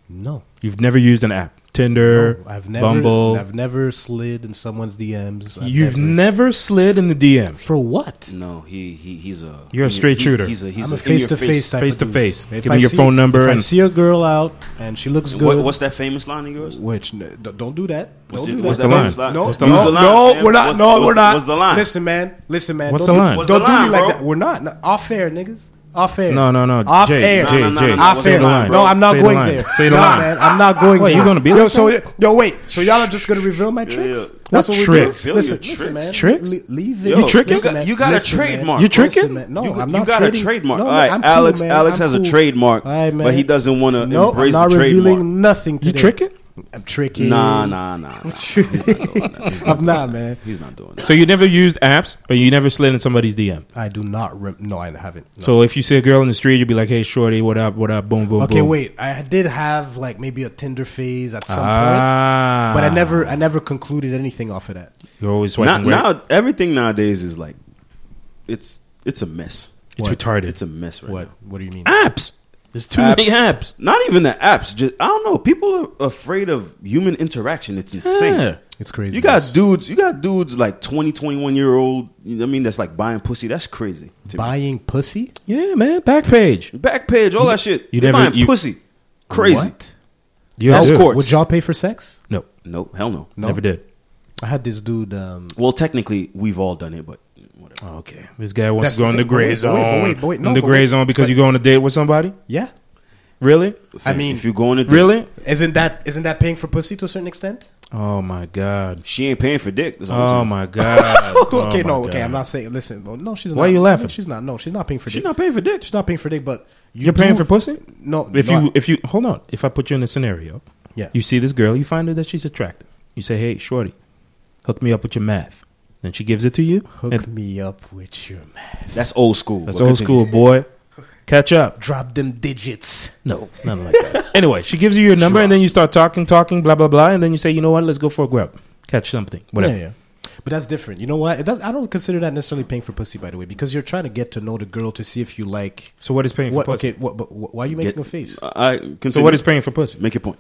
S5: no.
S4: You've never used an app. Tinder,
S5: I've never.
S4: Bumble.
S5: I've never slid in someone's DMs. I've
S4: You've never. slid in the DM.
S5: for what?
S3: No, he, he he's a
S4: You're a
S3: he's
S4: straight
S3: he's,
S4: shooter.
S3: He's a he's
S5: I'm a
S3: a in your
S5: face to face type.
S4: Face
S5: of
S4: to
S5: dude.
S4: face.
S5: If
S4: Give
S5: I
S4: me your
S5: see-
S4: phone number
S5: If I
S4: and-
S5: see a girl out and she looks
S3: What,
S5: good,
S3: what's that famous line of yours?
S5: which n- d- don't do that.
S3: What's
S5: don't
S3: the-
S5: do
S3: what's
S5: that.
S3: the
S5: Don't-
S4: line?
S5: No,
S4: What's the
S5: no,
S4: line?
S3: What's the
S5: no,
S3: line, man?
S5: we're not.
S3: What's-
S5: no,
S3: what's-
S5: we're not.
S3: what's the line?
S5: Listen, man. Listen, man.
S4: What's
S5: don't
S4: the
S5: do-
S4: line?
S3: What's
S5: don't
S3: the
S5: do me
S3: line,
S5: like
S3: bro?
S5: that. We're not. No, off air, niggas. Off air.
S4: No, no, no.
S5: Off
S4: Jay,
S5: air.
S4: Jay,
S3: No, no,
S4: Jay.
S3: no, no,
S5: Off
S3: Say
S5: air.
S3: the line,
S5: no,
S3: bro.
S5: I'm not
S4: Say the
S5: going
S4: line.
S5: there.
S4: Say the
S5: nah,
S4: line.
S5: man. I'm not going
S4: Wait,
S5: there.
S4: you gonna be
S5: yo?
S4: like
S5: So yo, wait. So y'all are just gonna reveal my tricks?
S3: yeah.
S5: That's
S4: What
S5: what, we're
S4: tricks?
S5: doing.
S3: Reveal your
S5: Listen, listen,
S3: tricks?
S5: man.
S4: Tricks?
S5: Le- leave it.
S3: Yo,
S4: You tricking?
S3: You got, you got a trademark.
S4: You
S5: Listen,
S4: tricking?
S5: man. No,
S3: you,
S5: I'm
S3: you
S5: not
S3: got
S5: trading.
S3: a trademark.
S5: No,
S3: All
S5: no,
S3: right,
S5: I'm cool,
S3: Alex.
S5: man.
S3: Alex
S5: I'm
S3: has
S5: cool.
S3: a trademark,
S5: All right, man.
S3: but he doesn't want to
S5: No,
S3: embrace
S5: I'm not
S3: the trademark.
S5: revealing nothing. Today.
S4: You tricking?
S5: I'm tricking.
S3: Nah, nah, nah. nah. He's not doing that. He's
S5: I'm not,
S3: doing that.
S5: man.
S3: He's not doing that.
S4: So you never used apps, but you never slid in somebody's DM.
S5: I do not. Rem- no, I haven't. No.
S4: So if you see a girl in the street, you'd be like, "Hey, shorty, what up? What up? Boom, boom,
S5: okay,
S4: boom."
S5: wait. I did have like maybe a Tinder phase at some
S4: Ah,
S5: point, but I never, I never concluded anything off of that.
S4: You're always
S3: Now,
S4: swiping right.
S3: now everything nowadays is like, it's it's a mess.
S4: it's retarded.
S3: It's a mess right
S5: What?
S3: now.
S5: What do you mean?
S4: apps. There's too
S3: Apps.
S4: many apps.
S3: Not even the apps. Just I don't know. People are afraid of human interaction. It's insane.
S4: Yeah.
S5: It's crazy.
S3: You got dudes. You got dudes like 20, 21 year old. you know what I mean, that's like buying pussy. That's crazy. to me.
S5: buying pussy.
S4: Yeah, man. Backpage.
S3: Back page, all that shit.
S4: you
S3: They're
S4: never-
S3: buying
S4: you-
S3: pussy. Crazy.
S5: What?
S4: Yeah,
S3: That's
S4: dude.
S3: court.
S5: Would y'all pay for sex?
S4: No,
S3: Nope. Hell no.
S4: never did.
S5: I had this dude. Um,
S3: Well, technically, we've all done it, but whatever.
S4: Oh, Okay, this guy wants
S5: That's
S4: to go
S5: the
S4: in the
S5: thing.
S4: gray
S5: But wait, but
S4: zone.
S5: wait, but wait, but wait, no,
S4: in the
S5: but
S4: gray
S5: wait.
S4: zone because you go on a date with somebody.
S5: yeah.
S4: Really?
S5: I mean-
S3: if you're going to
S4: Really?
S5: Isn't that isn't that paying for pussy to a certain extent?
S4: Oh my god.
S3: she ain't paying for dick. That's all I'm
S5: Um,
S4: Oh
S3: saying.
S4: my god.
S5: okay,
S4: Oh,
S5: no,
S4: my
S5: okay. I'm
S4: God.
S5: not saying. Listen, no, no, she's not.
S4: Why you
S5: No,
S4: laughing?
S5: She's not. No, she's not paying for.
S3: She's
S5: dick.
S3: not paying for dick.
S5: She's not paying for dick. But you
S4: You're paying
S5: do-
S4: for pussy?
S5: No.
S4: If
S5: no,
S4: you
S5: I-
S4: if you hold on, if I put you in a scenario,
S5: Yeah.
S4: you see this girl, you find her that she's attractive. You say, "Hey, shorty, hook me up with your math." Then she gives it to you.
S5: hook
S4: and
S5: me up with your man,
S3: That's old school.
S4: that's
S3: But
S4: old
S3: continue.
S4: school, boy. Catch up.
S5: drop them digits.
S4: No, nothing like that. anyway, she gives you your number, and then you start talking, talking, blah blah blah, and then you say, "You know what? Let's go for a grub, catch something, whatever."
S5: Yeah, yeah. But that's different. You know what? It does. I don't consider that necessarily paying for pussy, by the way, because you're trying to get to know the girl to see if you like.
S4: So what is paying for
S5: What?
S4: pussy?
S5: Okay. What, but wh- why are you making
S3: Get-
S5: a face?
S3: I I- continue.
S4: So what is paying for pussy?
S3: Make your point.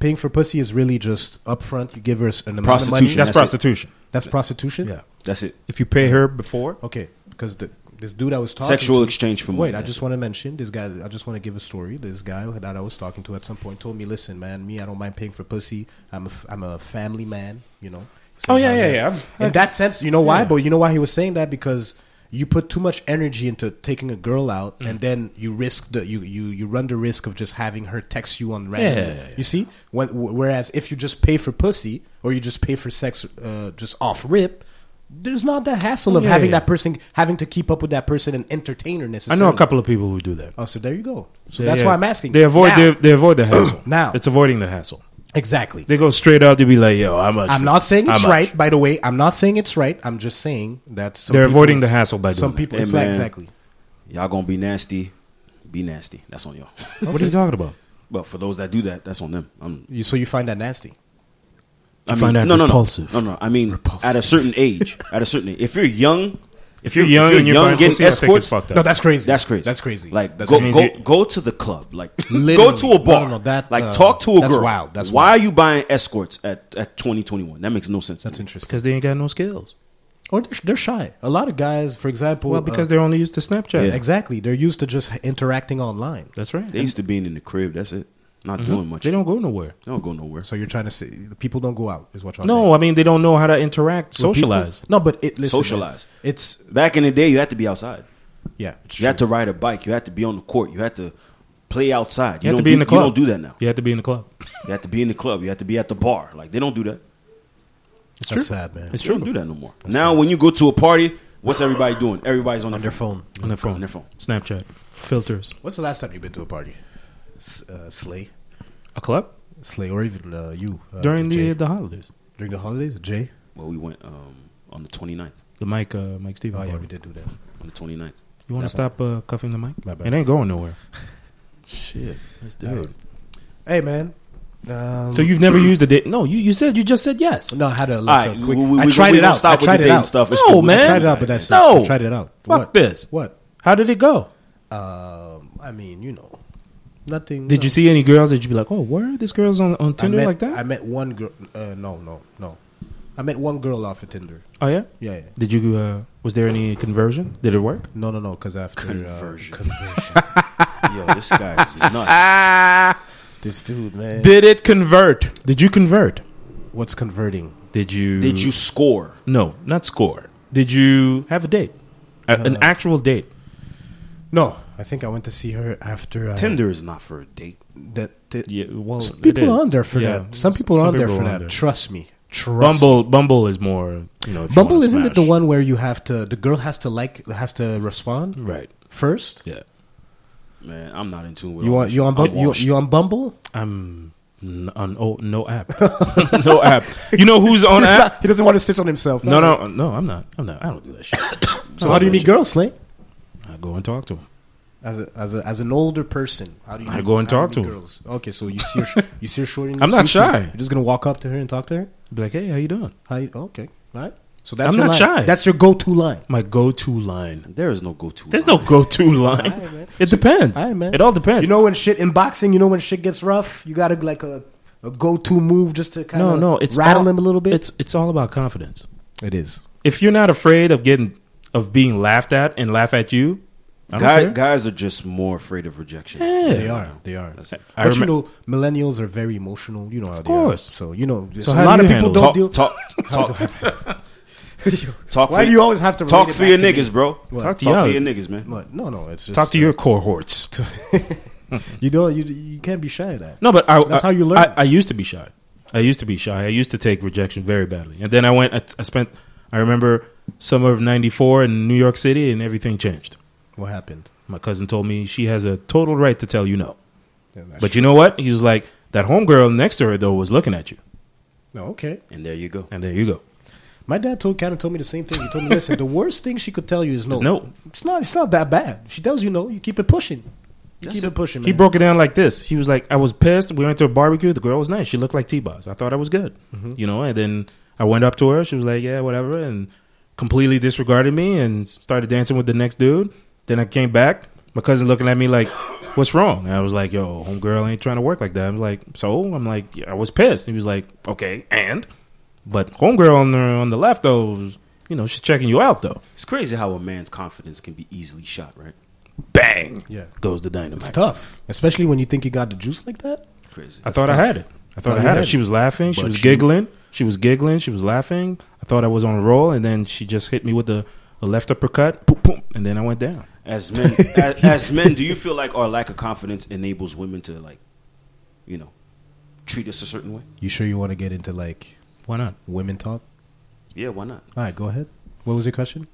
S5: Paying for pussy is really just upfront. You give her s- an amount
S3: Prostitution.
S5: of
S4: That's,
S5: money.
S3: That's it.
S4: prostitution.
S5: That's, prostitution.
S4: Yeah.
S3: That's it.
S4: If you pay her before,
S5: Okay, because the, this dude I was talking
S3: Sexual
S5: to-
S3: exchange for money.
S5: Wait, I
S3: That's
S5: just
S3: it.
S5: want to mention this guy. I just want to give a story. This guy that I was talking to at some point told me, "Listen, man, me, I don't mind paying for pussy. I'm a, f- I'm a family man, you know."
S4: Oh, yeah,
S5: How he
S4: yeah,
S5: has-
S4: yeah. I've-
S5: In that sense, you know why?
S4: Yeah.
S5: But you know why he was saying that because you put too much energy into taking a girl out,
S4: Mm.
S5: and then you risk the you, you you run the risk of just having her text you on random.
S4: yeah, yeah.
S5: You see, when wh- whereas if you just pay for pussy or you just pay for sex, uh, just off rip. There's not that hassle of
S4: Yeah,
S5: having
S4: yeah.
S5: that person having to keep up with that person and entertain her
S4: I
S5: necessarily.
S4: know a couple of people who do that.
S5: Oh, so there you go. So
S4: They-
S5: that's
S4: yeah.
S5: why I'm asking.
S4: They avoid
S5: Now-
S4: they, they avoid the hassle.
S5: Now.
S4: it's avoiding the hassle.
S5: exactly.
S4: They go straight out. They be like, "Yo, how much?"
S5: I'm not saying
S4: How
S5: it's
S4: much?
S5: right. By the way, I'm not saying it's right. I'm just saying that some
S4: They're
S5: people-
S4: avoiding the hassle by doing
S5: some
S4: that.
S5: people.
S3: Hey,
S5: it's like
S3: man.
S5: exactly.
S3: Y'all gonna be nasty. Be nasty. That's on y'all.
S4: What are you talking about?
S3: but for those that do that, that's on them. I'm,
S5: You, so you find that nasty.
S3: I mean,
S4: find that
S3: no, no,
S4: repulsive.
S3: No, no, no. I mean, at a certain age, at a certain, age. if you're young,
S4: If you're young and you're buying pussy, I think it's fucked up.
S5: No, that's crazy.
S3: That's crazy.
S5: That's crazy.
S3: Like
S5: that's
S3: go
S5: crazy.
S3: go, go to the club. Like go
S5: Literally.
S3: to a bar.
S5: No, no, no, that,
S3: like
S5: uh,
S3: talk to a
S5: that's
S3: girl.
S5: wild. That's
S3: why
S5: wild.
S3: are you buying escorts at at 2021? That makes no sense.
S5: that's
S3: to me.
S5: interesting.
S4: because they ain't got no skills.
S5: Or they're, they're shy. A lot of guys, for example,
S4: Well, because
S5: uh,
S4: they're only used to Snapchat.
S5: exactly they're used to just interacting online.
S4: That's right.
S3: They used to being in the crib. That's it. Not doing much.
S4: Mm-hmm. They don't go nowhere.
S3: They don't go nowhere.
S5: So you're trying to say the people don't go out is what you're
S4: No, I mean they don't know how to interact, socialize.
S5: No, but it listen, man,
S3: Socialize.
S5: it's
S3: Back in the day, you had to be outside.
S5: yeah. it's
S3: You had
S5: true.
S3: to ride a bike. You had to be on the court. You had to play outside.
S4: You,
S3: don't
S4: have to be
S3: do,
S4: in the club.
S3: You don't do that now.
S4: You have to be in the club.
S3: You had to be in the club. You had to be at the bar. Like they don't do that.
S5: That's
S4: true.
S5: sad, man.
S4: It's
S3: They don't
S4: true.
S3: do that no more. now when you go to a party, what's everybody doing? Everybody's on,
S5: on their phone.
S4: On their phone.
S3: On their phone.
S4: Snapchat. Filters.
S5: What's the last time you've been to a party? S- uh, Slay,
S4: A club?
S5: Slay, or even uh, you uh,
S4: During
S5: Jay.
S4: the the holidays.
S5: during the holidays, Jay.
S3: Well, we went um, on the 29th.
S4: The Mike uh, Mike Stevens.
S5: Oh yeah,
S4: party.
S5: we did do that.
S3: On the 29th.
S4: You want to stop uh, cuffing the mic?
S5: My bad.
S4: It ain't going nowhere. Shit, let's do it.
S5: Hey man, um,
S4: So you've never used a date? No, you, you said you just said yes.
S5: no I had a,
S3: All
S5: like,
S3: right,
S5: a quick.
S3: we- we-
S5: I
S3: we-
S5: tried
S3: we
S5: it
S3: don't
S5: out.
S3: stop
S5: I
S3: with
S5: tried
S3: the
S5: it
S3: dating
S5: out.
S3: stuff. It's
S4: No,
S3: cool.
S4: man.
S5: I tried it out, but that's
S4: No.
S5: I tried it out.
S4: Fuck
S5: what?
S4: this.
S5: What?
S4: How did it go?
S5: Um, I mean, you know, nothing.
S4: Did
S5: no.
S4: you see any girls that you'd be like, oh, where this girl's on on Tinder
S5: I met,
S4: like that?
S5: I met one girl. Uh, no, no, no. I met one girl off of Tinder.
S4: oh yeah.
S5: Yeah, yeah.
S4: Did you? Uh, was there any conversion? Did it work?
S5: No, no, no. Because after
S3: Conversion.
S5: uh, conversion,
S3: Yo, this guy is nuts.
S5: this dude, man.
S4: Did it convert? Did you convert?
S5: What's converting?
S4: Did you?
S3: Did you score?
S4: No, not score. Did you have a date? A, an actual date?
S5: No, I think I went to see her after uh,
S3: Tinder is not for a date.
S5: That that-
S4: Yeah. Well,
S5: some people are on there for that. Some people are on there for that. Trust me. Trust
S4: Bumble. Bumble is more. You know. if
S5: me.
S4: you
S5: Bumble
S4: wanna
S5: isn't it the
S4: smash.
S5: one where you have to the girl has to like has to respond
S4: Right.
S5: first?
S4: Yeah.
S3: Man, I'm not in tune with
S5: You
S3: all
S5: on
S3: this
S5: you
S3: shit.
S5: on
S3: I'm
S5: Bumble? You,
S3: washed.
S5: you on Bumble?
S4: I'm n- on oh, no app. no app. You know who's on
S5: He's
S4: app?
S5: not- he doesn't want to stitch on himself.
S4: No, no, no. I'm not. I'm not. I don't do that shit.
S5: So how do you meet girls, Slay?
S4: I go and talk to him.
S5: As a, as, a, as an older person, how do you?
S4: I go and
S5: how
S4: talk
S5: do you
S4: to
S5: meet
S4: her.
S5: girls? Okay, so you see her, sh- you see her short. And
S4: I'm not
S5: exclusive.
S4: shy.
S5: You're just gonna walk up to her and talk to her.
S4: Be like, hey, how you doing?
S5: How you, okay, all right. So that's
S4: I'm
S5: your
S4: not
S5: line.
S4: shy.
S5: That's your go-to line.
S4: My go-to line.
S3: There is no go-to.
S4: There's no
S3: line.
S4: go-to line. it depends.
S5: All right, man.
S4: It all depends.
S5: You know when shit in boxing, you know when shit gets rough, you gotta like a, a go-to move just to kind
S4: no,
S5: of
S4: no. It's
S5: rattle
S4: all-
S5: him a little bit.
S4: It's it's all about confidence.
S5: it is.
S4: If you're not afraid of getting of being laughed at and laugh at you, I don't
S3: Guy,
S4: care.
S3: guys are just more afraid of rejection.
S4: Yeah.
S5: They are. They are.
S3: That's it.
S4: I
S5: but you
S4: remem-
S5: know, millennials are very emotional. You know how of
S4: course.
S5: they are. So you know,
S4: So
S5: so
S4: how
S5: a lot
S4: do
S5: of
S4: you
S5: people
S4: handle
S5: don't
S3: Talk,
S5: deal.
S3: talk, talk, talk.
S5: Why
S3: for-
S5: do you always have to
S3: talk
S5: relate it
S3: for your
S5: back to me?
S3: niggas, bro?
S5: What?
S4: Talk
S3: Talk
S4: to
S3: to
S4: y'all.
S3: your niggas, man.
S5: But no, no, it's just,
S4: talk to your cohorts.
S5: you don't. You you can't be shy of that.
S4: No, but I,
S5: That's
S4: I-
S5: how you learn.
S4: I, I used to be shy. I used to be shy. I used to take rejection very badly, and then I went. I, I spent. I remember summer of '94 in New York City, and everything changed.
S5: What happened?
S4: My cousin told me she has a total right to tell you no. But you know what? He was like, that homegirl next to her though was looking at you,
S5: no, okay.
S3: And there you go.
S4: and there you go.
S5: My dad told kind of told me the same thing. He told me, listen, the worst thing she could tell you is
S3: Oh.
S5: no.
S4: no.
S5: it's not. It's not that bad. She tells you no. You keep it pushing. You keep it, pushing. Man.
S4: He broke it down like this. He was like, I was pissed. We went to a barbecue. The girl was nice. She looked like T Boss. I thought I was good. You know, and then I went up to her. She was like, Yeah, whatever. And completely disregarded me and started dancing with the next dude. Then I came back. my cousin looking at me like, "What's wrong?" And I was like, "Yo, homegirl ain't trying to work like that." I'm like, "So?" I'm like, yeah, "I was pissed." He was like, "Okay, and," but homegirl on the on the left though, was, you know, she's checking you out though.
S3: It's crazy how a man's confidence can be easily shot, right?
S4: Bang!
S5: Yeah.
S4: goes the
S5: It's
S4: dynamite.
S5: tough, especially when you think you got the juice like that.
S3: Crazy.
S4: I thought I had it. I thought I
S5: you
S4: had
S5: had
S4: it. She
S5: it.
S4: was laughing. She
S5: But
S4: was
S5: you-
S4: giggling. She was giggling. She was laughing. I thought I was on a roll, and then she just hit me with a, a left uppercut, boom, boom, and then I went down.
S3: As men, as, as men, do you feel like our lack of confidence enables women to like, you know, treat us a certain way?
S5: You sure you want to get into like
S4: Why not?
S5: women talk?
S3: Yeah, why not?
S5: All right, go ahead. What was your question?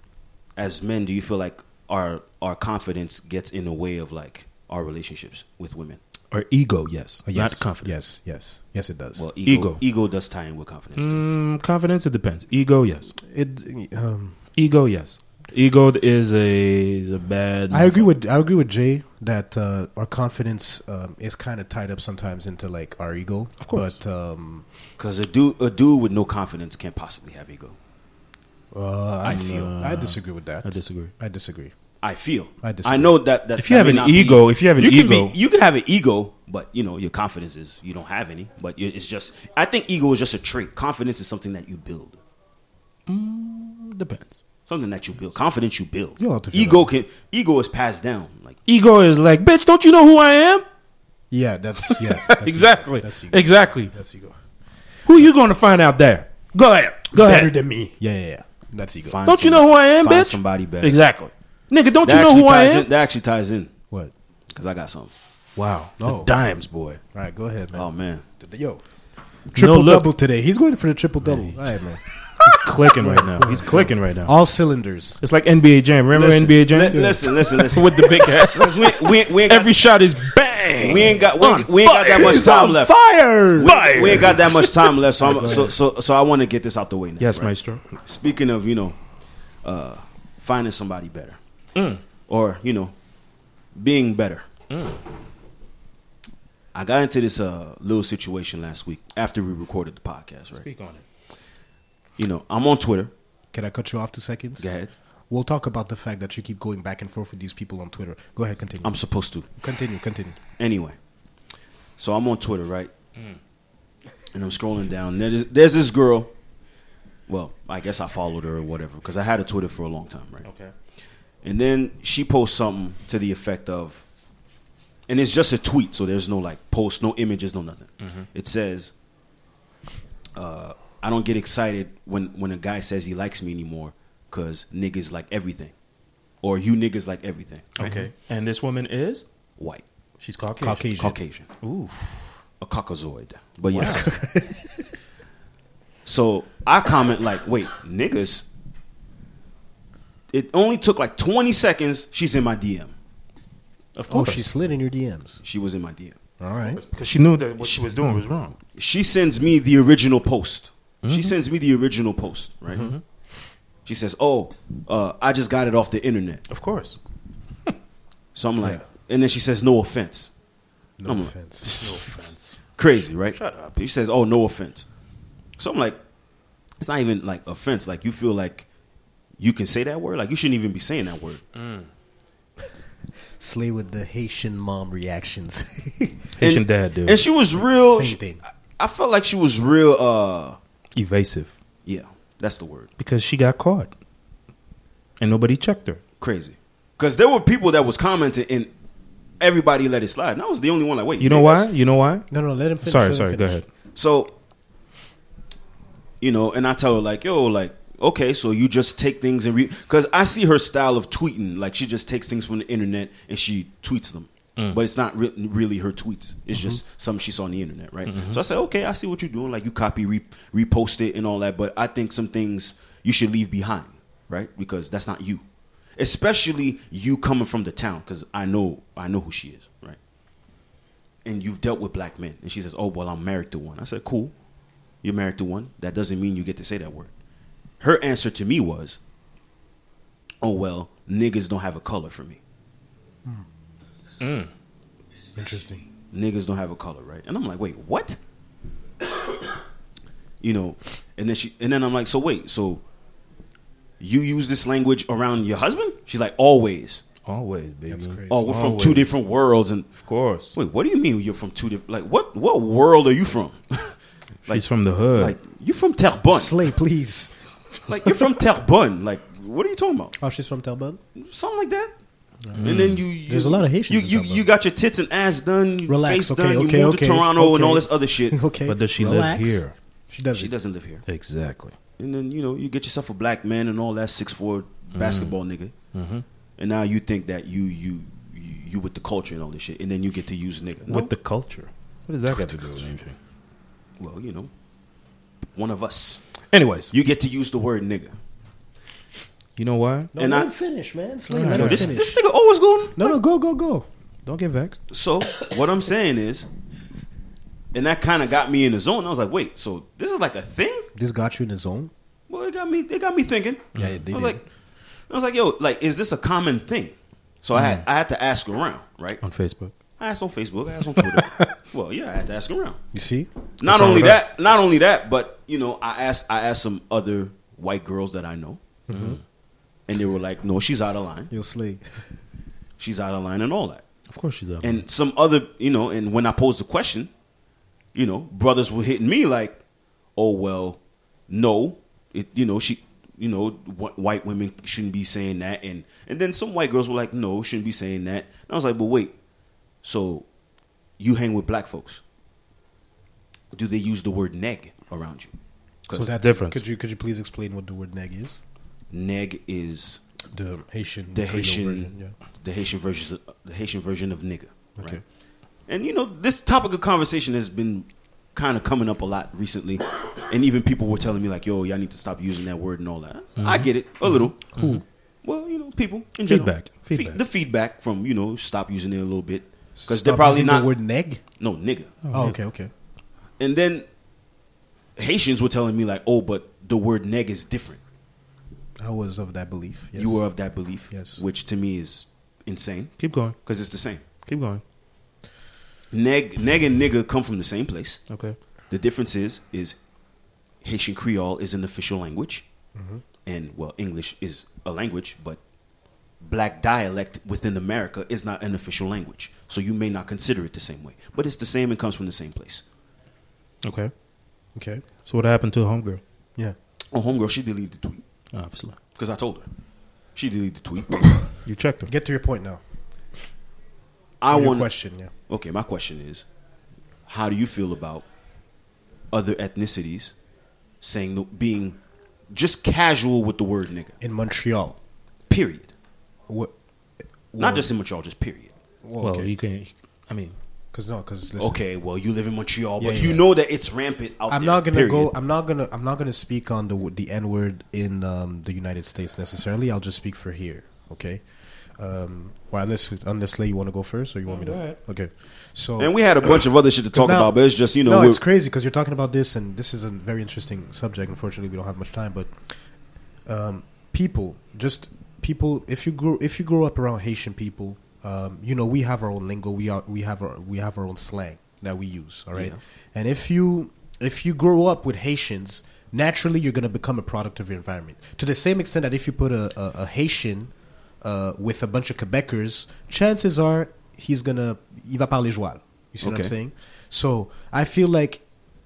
S3: As men, do you feel like our our confidence gets in the way of like our relationships with women?
S4: Or ego? Yes,
S5: Oh,
S4: not
S5: yes,
S4: confidence.
S5: Yes, yes, yes. It does.
S3: Well,
S4: Ego.
S3: ego, ego, does tie in with confidence. too.
S4: Mm, confidence. It depends. Ego. Yes.
S5: it. Um,
S4: Ego. Yes. Ego is a is a bad.
S5: I agree with I agree with Jay that uh, our confidence um, is kind of tied up sometimes into like our ego. Of
S4: course.
S5: but um,
S3: Because a dude, a dude with no confidence can't possibly have ego.
S5: uh, I feel I disagree with that.
S4: I disagree.
S5: I disagree.
S3: I feel.
S5: I disagree.
S3: I know that. that
S4: If you
S3: that
S4: have
S3: may
S4: an
S3: not be-
S4: ego- if you have an
S3: can be-
S4: ego-
S3: you can have an ego, but you know your confidence is you don't have any. But you- it's just. I think ego is just a trait. Confidence is something that you build.
S4: Depends.
S3: Something that you build. Confidence you build.
S5: You'll have to feel
S3: Ego can. Ego is passed down. Like
S4: Ego is like, bitch. Don't you know who I am?
S5: Yeah, that's yeah. That's ego.
S4: exactly.
S5: That's ego.
S4: Exactly.
S5: That's ego.
S4: Who you going to find out there? Go ahead. Go
S5: Better
S4: ahead.
S5: than me. Yeah, yeah, yeah. That's ego.
S3: find
S4: Don't you
S3: somebody-
S4: know who I am,
S3: find
S4: bitch?
S3: Somebody better.
S4: Exactly. Nigga, don't
S3: That
S4: you know
S3: actually
S4: who I
S3: ties
S4: am?
S3: in- that actually ties in
S5: What?
S3: because I got something.
S4: Wow.
S5: No.
S4: The dimes, boy.
S5: All right, go ahead, man.
S3: Oh man.
S5: Yo, triple
S4: look.
S5: double today. He's going for the triple double. All right, man.
S4: clicking right now. He's clicking right now.
S5: All cylinders.
S4: It's like NBA Jam. Remember NBA Jam?
S3: li- listen, listen, listen.
S4: With the big hat.
S3: we, we, we ain't got,
S4: Every shot is bang.
S3: we ain't got we, ain't- we ain't got that
S4: On
S3: much
S4: fire.
S3: time left.
S5: Fire.
S4: Fire.
S3: We ain't got that much time left, so I'm, so, so so I want to get this out the way now.
S4: yes,
S3: right?
S4: Maestro.
S3: Speaking of, you know, uh, finding somebody better,
S4: Mm.
S3: or you know, being better. I got into this uh, little situation last week after we recorded the podcast, right?
S4: Speak on it.
S3: You know, I'm on Twitter.
S5: Can I cut you off two seconds?
S3: Go ahead.
S5: We'll talk about the fact that you keep going back and forth with these people on Twitter. Go ahead, continue.
S3: I'm supposed to.
S5: continue, continue.
S3: Anyway, so I'm on Twitter, right? And I'm scrolling down. There's, there's this girl. Well, I guess I followed her or whatever because I had a Twitter for a long time, right?
S4: Okay.
S3: And then she posts something to the effect of, and it's just a tweet, so there's no like post, no images, no nothing. It says, uh, "I don't get excited when when a guy says he likes me anymore because niggas like everything, or you niggas like everything." right?
S4: Okay. And this woman is?
S3: white,
S4: She's Caucasian.
S5: Caucasian.
S3: Caucasian.
S4: Ooh.
S3: a cockazoid. But yes. so I comment like, wait, niggas. It only took like 20 seconds. She's in my DM.
S4: Of
S5: Oh,
S4: course.
S5: she slid in your DMs.
S3: She was in my DM.
S5: All right.
S4: Because she knew that what she was doing was wrong.
S3: She sends me the original post. She sends me the original post, right? She says, oh, uh, I just got it off the internet.
S4: Of course.
S3: So I'm like, and then she says, no offense.
S5: No
S3: I'm like-
S5: offense.
S4: No offense.
S3: Crazy, right?
S4: Shut up.
S3: She says, "Oh, no offense." So I'm like, it's not even like offense. Like you feel like you can say that word. Like you shouldn't even be saying that word.
S5: Slay with the Haitian mom reactions.
S4: Haitian
S3: and,
S4: dad, dude.
S3: And she was real.
S5: Same
S3: she-
S5: thing.
S3: I, I felt like she was real. uh
S4: Evasive.
S3: Yeah, that's the word.
S4: Because she got caught. And nobody checked her.
S3: Crazy. Because there were people that was commenting and everybody let it slide. And I was the only one like, wait.
S4: You know
S3: man,
S4: why?
S3: that's-
S4: You know why?
S5: no, no, let him finish. let
S4: Sorry,
S5: him
S4: sorry. Go
S5: finish.
S4: ahead.
S3: So, you know, and I tell her like, yo, like, okay, so you just take things and re because I see her style of tweeting. Like she just takes things from the internet and she tweets them, but it's not re- really her tweets. It's just something she saw on the internet, right? So I said, okay, I see what you're doing. Like you copy, re- repost it, and all that. But I think some things you should leave behind, right? Because that's not you, especially you coming from the town. Because I know, I know who she is, right? and you've dealt with black men. And she says, Oh, well, I'm married to one. I said, Cool. You're married to one. That doesn't mean you get to say that word. Her answer to me was, Oh, well, niggas don't have a color for me.
S5: Interesting.
S3: Niggas don't have a color, right? And I'm like, Wait, what? you know, and then she, and then I'm like, So wait, so you use this language around your husband? She's like, Always.
S4: Always, baby.
S5: That's crazy.
S3: Oh, we're from
S4: Always.
S3: two different worlds. And
S4: Of course.
S3: wait, what do you mean you're from two different? Like, what what world are you from? like-
S4: She's from the hood.
S3: like, you're from Terrebonne.
S5: Slay, please.
S3: like, you're from Terrebonne. Like, what are you talking about?
S5: Oh, she's from Talbot.
S3: Something like that. And then you, you
S5: Mm. There's a lot of Haitians
S3: You
S5: in
S3: you,
S5: Terrebonne.
S3: you got your tits and ass done, your
S5: Relax,
S3: face
S5: okay,
S3: done.
S5: okay,
S3: you moved
S5: okay,
S3: to Toronto and all
S5: okay.
S3: this other shit.
S5: okay.
S4: but does she
S5: relax.
S4: live here?
S5: She doesn't.
S3: She doesn't live here.
S4: Exactly.
S3: And then you know you get yourself a black man and all that six four
S5: Mm-hmm.
S3: basketball nigga, and now you think that you you you you with the culture and all this shit, and then you get to use nigga. No.
S4: With the culture. What does that got to do with anything?
S3: well, you know, one of us.
S4: Anyways, you,
S3: You get to use the word nigga.
S4: know why?
S5: No,
S3: And
S5: let
S3: I-
S5: him finish, man. Slay,
S4: No,
S5: let
S3: No,
S5: him
S3: this
S5: finish.
S3: this nigga always going.
S5: no, no, go, go, go.
S4: Don't get vexed.
S3: So what I'm saying is, and that kind of got me in the zone. I was like, wait, so this is like a thing?
S5: This got you in the zone.
S3: Well, it got me. It got me thinking.
S5: Yeah, it
S3: I
S5: did.
S3: was like, I was like, yo, like, is this a common thing? So I
S5: Mm.
S3: had I had to ask around, right?
S4: On Facebook.
S3: I asked on Facebook. I asked on Twitter. well, yeah, I had to ask around.
S5: You see?
S3: Not
S4: wrong
S3: only
S4: with
S3: that, not only that, but you know, I asked I asked some other white girls that I know,
S5: Mm-hmm.
S3: and they were like, "No, she's out of line.
S5: You'll slay.
S3: She's out of line, and all that."
S4: Of course she's up.
S3: And some other, you know, and when I posed the question, you know, brothers were hitting me like, "Oh well, no, it, you know, she." You know, wh- white women shouldn't be saying that, and and then some white girls were like, "No, shouldn't be saying that." And I was like, "But wait, so you hang with black folks? Do they use the word neg around you?
S5: So
S4: What's the
S5: that's
S4: difference?
S5: Could you could you please explain what the word neg is?
S3: Neg is
S5: The Haitian,
S3: the
S5: Creole
S3: Haitian,
S5: version, yeah.
S3: the Haitian version, the Haitian version of nigga. Right?
S5: Okay.
S3: And you know, this topic of conversation has been kind of coming up a lot recently, and even people were telling me like, "Yo, y'all need to stop using that word and all that."
S5: Mm-hmm.
S3: I get it a little. Who? Well, you know, people in general.
S4: Feedback.
S3: Fe-
S4: Feedback.
S3: the feedback from you know, stop using it a little bit because
S5: Stop
S3: they're probably
S5: using
S3: not
S5: the word neg.
S3: no nigga.
S5: Oh, okay, okay.
S3: And then Haitians were telling me like, "Oh, but the word neg is different."
S5: I was of that belief. Yes.
S3: You were of that belief,
S5: Yes.
S3: which to me is insane
S4: Keep going.
S3: because it's the same.
S4: Keep going.
S3: Neg, neg and nigga come from the same place.
S4: Okay.
S3: The difference is is Haitian Creole is an official language, and well, English is a language, but black dialect within America is not an official language, so you may not consider it the same way. But it's the same and comes from the same place.
S4: Okay.
S5: okay.
S4: So what happened to the homegirl?
S5: Yeah.
S3: Oh, homegirl, she deleted the tweet
S4: Obviously.
S3: because I told her she deleted the tweet.
S4: You checked her.
S5: Get to your point now.
S3: I
S5: Or your
S3: want
S5: question. Yeah.
S3: Okay, my question is, how do you feel about other ethnicities saying no, being just casual with the word nigga?
S5: In Montreal,
S3: Period.
S5: what?
S3: Not just in Montreal, just period.
S5: Well,
S4: Well,
S5: okay.
S4: you can't. I mean,
S5: Because no, because
S3: Okay, well, you live in Montreal,
S5: Yeah,
S3: but
S5: yeah,
S3: you
S5: yeah.
S3: know that it's rampant out
S5: I'm
S3: there.
S5: not gonna
S3: period.
S5: go. I'm not gonna. I'm not gonna speak on the w- the N word in um, the United States necessarily. I'll just speak for here. Okay. Um, well, unless unless Lay, you want to go first, or you want me to?
S4: Alright.
S5: Okay. So
S3: and we had a bunch of other shit to talk
S5: now-
S3: about, but it's just you know,
S5: no,
S3: we're-
S5: it's crazy because you're talking about this, and this is a very interesting subject. Unfortunately, we don't have much time, but um, people, just people. If you grow, if you grow up around Haitian people, um, you know we have our own lingo. We are, we have our, we have our own slang that we use. All right,
S3: Yeah.
S5: and if you, if you grow up with Haitians, naturally you're going to become a product of your environment. To the same extent that if you put a, a, a Haitian uh, with a bunch of Quebecers, chances are he's gonna, il va parler joual. You see what I'm
S3: Okay.
S5: saying? thing. So I feel like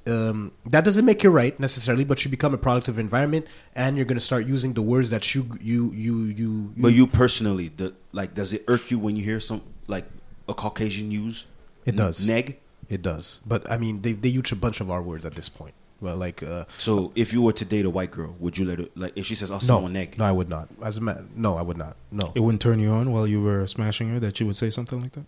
S5: um, that doesn't make you right necessarily, but you become a product of environment, and you're going to start using the words that you you you you.
S3: but you personally, the, like, does it irk you when you hear some like a Caucasian use?
S5: It
S3: n-
S5: does.
S3: Neg.
S5: it does, but I mean they they use a bunch of our words at this point. Well, like uh,
S3: So if you were to date a white girl, would you let her? Like, if she says, "I'll
S5: no,
S3: someone neg,"
S5: no, I would not. As a man, no, I would not. No,
S4: it wouldn't turn you on while you were smashing her that you would say something like that.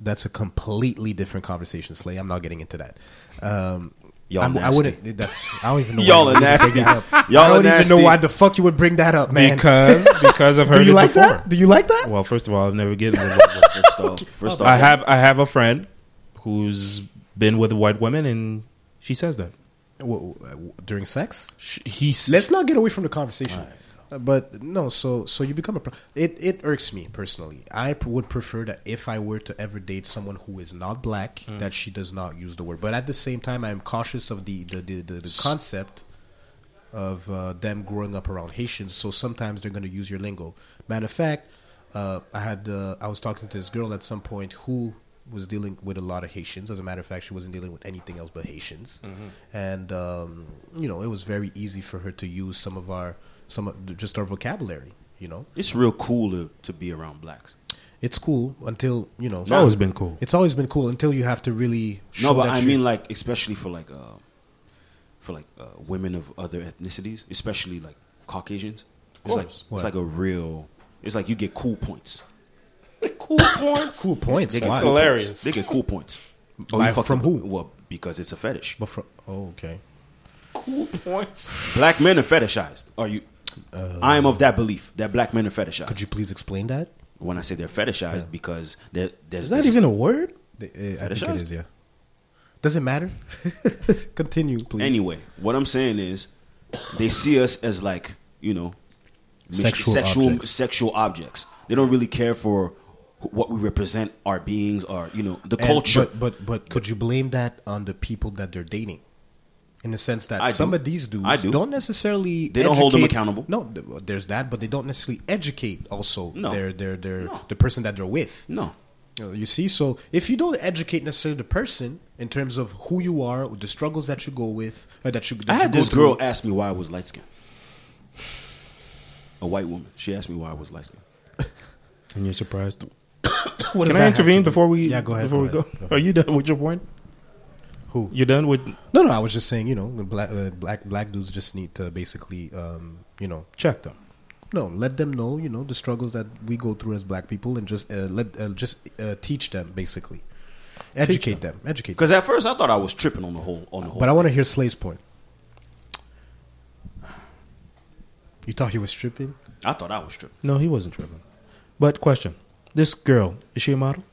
S5: that's a completely different conversation, Slay. I'm not getting into that. Um,
S3: Y'all
S5: I'm- I
S3: nasty.
S5: wouldn't. That's. I don't even know. why
S3: Y'all are
S5: you would bring
S3: nasty.
S5: that up.
S3: Y'all
S5: I
S3: are
S5: don't even
S3: nasty.
S5: know why the fuck you would bring that up, man.
S4: Because because I've
S5: do
S4: heard
S5: you
S4: it
S5: like
S4: before.
S5: that? Do you like that?
S4: Well, first of all, I've never get.
S3: First off, first off,
S4: I have I have a friend who's been with white women and she says that.
S5: Well, uh, during sex?
S4: She, he s-
S5: let's not get away from the conversation. Uh, But no, so so you become a pro- it it irks me personally. I p- would prefer that if I were to ever date someone who is not black, that she does not use the word. But at the same time, I am cautious of the the the, the, the concept of uh, them growing up around Haitians. So sometimes they're going to use your lingo. Matter of fact, uh, I had uh, I was talking to this girl at some point who was dealing with a lot of Haitians. As a matter of fact, she wasn't dealing with anything else but Haitians, and um, you know it was very easy for her to use some of our some of, just our vocabulary. You know,
S3: It's real cool to, to be around blacks.
S5: it's cool until you know.
S4: It's always been cool.
S5: It's always been cool until you have to really.
S3: No,
S5: show
S3: but
S5: that
S3: I
S5: you're-
S3: mean like especially for like uh, for like uh, women of other ethnicities, especially like Caucasians. It's like it's
S5: What?
S3: like a real. It's like you get cool points.
S4: cool points.
S5: cool points.
S3: They get
S5: why?
S3: cool
S4: hilarious.
S3: points. They get cool points.
S4: Oh,
S5: By-
S3: fucked
S5: from
S3: up.
S5: who?
S3: Well, because it's a fetish.
S5: But for, oh, okay.
S4: Cool points.
S3: Black men are fetishized. Are you? I am of that belief that black men are fetishized.
S5: Could you please explain that?
S3: when I say they're fetishized, because there, there's
S4: Is that
S3: this-
S4: even a word?
S5: The- uh, I think it
S3: Fetishized?
S5: is. Yeah. Does it matter? Continue, please.
S3: Anyway, what I'm saying is, they see us as like you know, mis-
S5: Sexual
S3: sexual
S5: objects.
S3: sexual objects. They don't really care for wh- what we represent, our beings, our you know, the
S5: And-
S3: culture.
S5: But, but but could you blame that on the people that they're dating? In the sense that
S3: I
S5: some
S3: do.
S5: of these dudes
S3: I do.
S5: not necessarily
S3: They don't hold them
S5: educate-
S3: accountable.
S5: No, th- well, there's that, but they don't necessarily educate also
S3: No.
S5: their their their
S3: No.
S5: the person that they're with.
S3: no,
S5: You know, You see, so if you don't educate necessarily the person in terms of who you are, or the struggles that you go with, uh, that you that
S3: I
S5: you
S3: had
S5: go
S3: this girl
S5: through-
S3: ask me why I was light skinned. A white woman. She asked me why I was light skinned.
S4: And you're surprised.
S5: What does
S4: Can
S5: that
S4: I
S5: have to
S4: intervene
S5: do-
S4: before we?
S5: Yeah, go ahead.
S4: Before we
S5: go ahead.
S4: go, are you done with your point?
S5: Who?
S4: You're done with
S5: No, no. I was just saying, you know, black uh, black black dudes just need to basically, um, you know,
S4: check them.
S5: No, let them know, you know, the struggles that we go through as black people and just uh, let uh, just uh, teach them basically. Educate them. educate them.
S3: Because at first I thought I was tripping on the whole on the whole.
S5: But I want to hear Slay's point. You thought he was stripping?
S3: I thought I was tripping.
S4: No, he wasn't tripping. But question: This girl is she a model?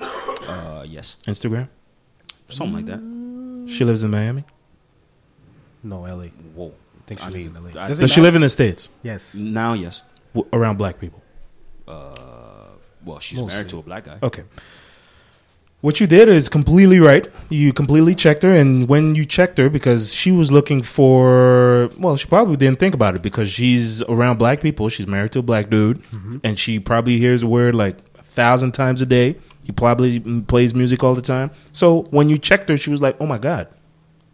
S3: Uh, yes,
S4: Instagram.
S3: something like
S5: Mm.
S3: that.
S4: She lives in Miami.
S5: No, LA. I
S3: Whoa.
S5: think she
S3: I
S5: lives
S3: mean,
S5: in LA.
S3: I-
S5: Does it
S4: Does she
S5: matter?
S4: live in the states
S5: Yes.
S3: Now, yes.
S4: w- around black people?
S3: Uh, well, she's
S5: Mostly. Uh,
S3: married to a black guy.
S4: Okay. What you did is completely right. You completely checked her, and when you checked her, because she was looking for, well, she probably didn't think about it because she's around black people. She's married to a black dude,
S3: Mm-hmm.
S4: and she probably hears the word like a thousand times a day. He probably m- plays music all the time. So when you checked her, she was like, "Oh my god!"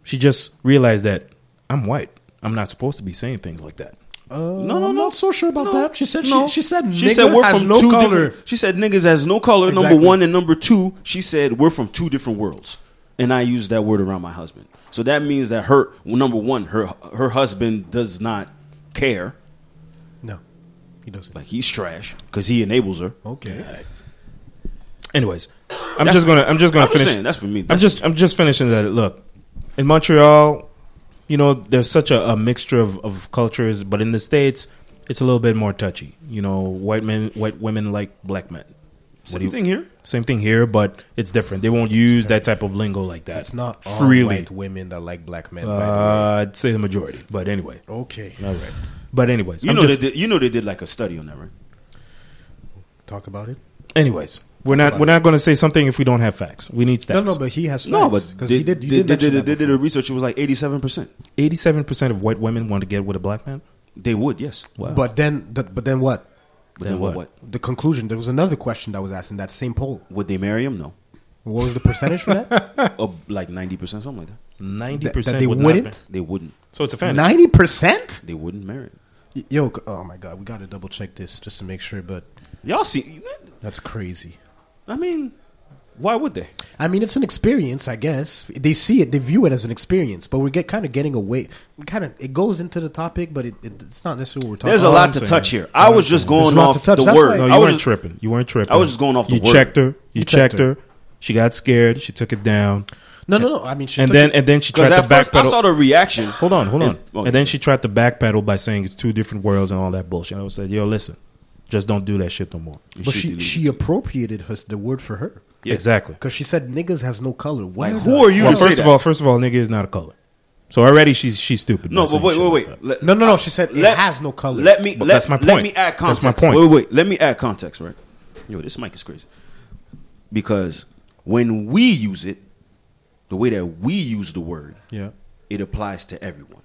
S4: She just realized that I'm white. I'm not supposed to be saying things like that.
S3: No, no,
S5: I'm
S3: no.
S5: not so sure about that. She said
S3: No.
S5: she, she said
S3: She said we're from
S5: no
S3: two
S5: color.
S3: different. She said niggas has no color. Number
S5: Exactly.
S3: one and number two. She said we're from two different worlds, and I use that word around my husband. So that means that her number one, her her husband does not care.
S5: No. He doesn't.
S3: Like he's trash because he enables her.
S5: okay.
S4: Anyways, I'm
S3: That's-
S4: just gonna I'm just gonna
S3: I'm just
S4: finish.
S3: saying, that's for me.
S4: I'm
S3: That's-
S4: just I'm just finishing that. Look, in Montreal, you know, there's such a, a mixture of, of cultures, but in the states, it's a little bit more touchy. You know, white men, white women like black men. What do
S3: Same
S4: you-
S3: thing here.
S4: Same thing here, but it's different. They won't use that type of lingo like that.
S5: It's not all
S4: freely.
S5: white women that like black men. by the
S4: Uh, I'd say the majority, but anyway,
S5: way. Okay.
S4: all right. But anyways,
S3: You
S4: I'm
S3: know
S4: just-
S3: they did, you know they did like a study on that, right?
S5: Talk about it.
S4: anyways, we're not we're not going to say something if we don't have facts. We need stats.
S5: No, no, but he has
S3: No, but
S5: because
S3: they-
S5: he did. You
S3: they,
S5: did,
S3: they,
S5: mention
S3: they,
S5: that
S3: they did a
S5: before.
S3: research. It was like eighty-seven percent.
S4: eighty-seven percent of white women want to get with a black man.
S3: They would, yes.
S4: Wow.
S5: But then, the, but then what?
S3: But then,
S4: Then
S3: what?
S4: what?
S3: what?
S5: The conclusion. There was another question that was asked in that same poll.
S3: Would they marry him? No,
S5: What was the percentage for that?
S3: uh, like ninety percent, something like that.
S4: ninety
S5: that,
S4: percent
S5: that they
S4: would not
S5: wouldn't.
S3: They wouldn't.
S4: So it's a fantasy.
S5: Ninety percent.
S3: They wouldn't marry. Him.
S5: Yo, c- oh my god, we gotta double check this just to make sure. But
S3: Y'all see?
S5: that's crazy.
S3: I mean, why would they?
S5: I mean, it's an experience, I guess. They see it, they view it as an experience, but we get kind of getting away. Kind of, it goes into the topic, but it, it, it's not necessarily what we're talking.
S3: There's a
S5: about.
S3: lot
S4: I'm
S3: to
S4: saying.
S3: touch here. I was just
S5: There's
S3: going
S5: a lot
S3: off
S5: to touch.
S3: the
S5: That's
S3: word.
S5: why-
S4: No,
S3: I
S4: you
S3: was
S4: weren't
S3: just-
S4: tripping. You weren't tripping.
S3: I was just going off the
S4: you
S3: word.
S4: checked her. You,
S5: checked
S4: checked her. She got scared. She took it down.
S5: No, no, no. I mean, she
S4: and
S5: took
S4: then
S5: it-
S4: and then she tried
S3: Because
S4: to
S3: at first I saw
S4: backpedal.
S3: the reaction.
S4: Hold on, hold on.
S3: And- oh,
S4: and then she tried to backpedal by saying it's two different worlds and all that bullshit. I was like, yo, listen, just don't do that shit no more.
S5: but
S3: she
S5: she
S3: deleted
S5: she appropriated her, the word for her
S3: Yeah.
S4: Exactly.
S5: because she said niggas has no color. What
S3: Like,
S5: the-
S3: who are you
S4: Well,
S3: to say
S4: first of
S3: that?
S4: all, first of all, nigga is not a color. So already she's she's stupid. by
S3: No, but
S4: saying
S3: wait,
S4: shit
S3: wait,
S4: like
S3: wait.
S4: that.
S3: Let-
S5: No, no, no. She said
S3: let-
S5: it has no color.
S3: Let me.
S4: But
S3: let,
S4: that's my
S3: Let
S4: point.
S3: me add
S4: That's my
S3: context.
S4: point.
S3: Wait, wait, wait. Let me add context, right? Yo, this mic is crazy. Because when we use it, the way that we use the word,
S5: Yeah,
S3: it applies to everyone.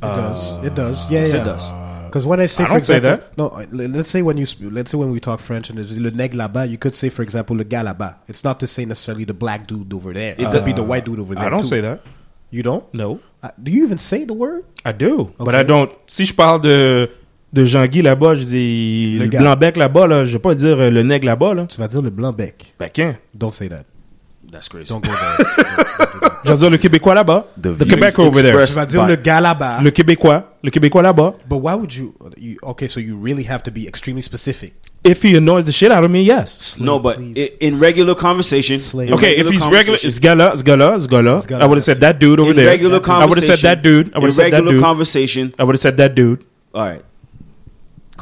S5: Uh, it does. It does. Yeah,
S3: Yes,
S5: yeah.
S3: it does.
S5: Because when I say,
S4: I
S5: for
S4: don't say
S5: example, no, uh, le- let's say when you sp- let's say when we talk French and it's le nègre là-bas, you could say, for example, le gars là-bas. It's not to say necessarily the black dude over there. It could be the white dude over there.
S4: I don't
S5: too.
S4: say that.
S5: You don't?
S4: No,
S5: Uh, do you even say the word?
S4: I do, but
S5: Okay.
S4: I don't. Si je parle de de Jean-Guy là-bas, je dis
S5: Le
S4: le
S5: gars.
S4: blanc bec là-bas, là, je vais pas dire euh, le nègre là-bas, là.
S5: Tu vas dire le blanc bec.
S4: Ben, quand?
S5: Don't say that.
S3: That's crazy.
S5: Don't go there.
S4: Je vais dire le Québécois là-bas,
S3: The
S4: le
S3: views
S4: Québec over there,
S5: tu vas dire le gars là-bas.
S4: le Québécois, le Québécois là-bas.
S5: But why would you, you? Okay, so you really have to be extremely specific.
S4: If he annoys the shit out of me, yes.
S3: No, but
S5: please.
S3: i in regular conversation.
S5: Slave.
S3: in
S4: Okay, if he's regular,
S3: conversation-
S4: it's gala, it's gala, it's gala.
S5: It's gala,
S4: I would have
S5: yes.
S4: said that dude over
S3: in
S4: there.
S3: regular
S4: I would have
S3: conversation,
S4: said that dude. I
S3: In
S4: would have said that
S3: regular
S4: dude.
S3: conversation.
S4: I would have said that dude.
S3: All right.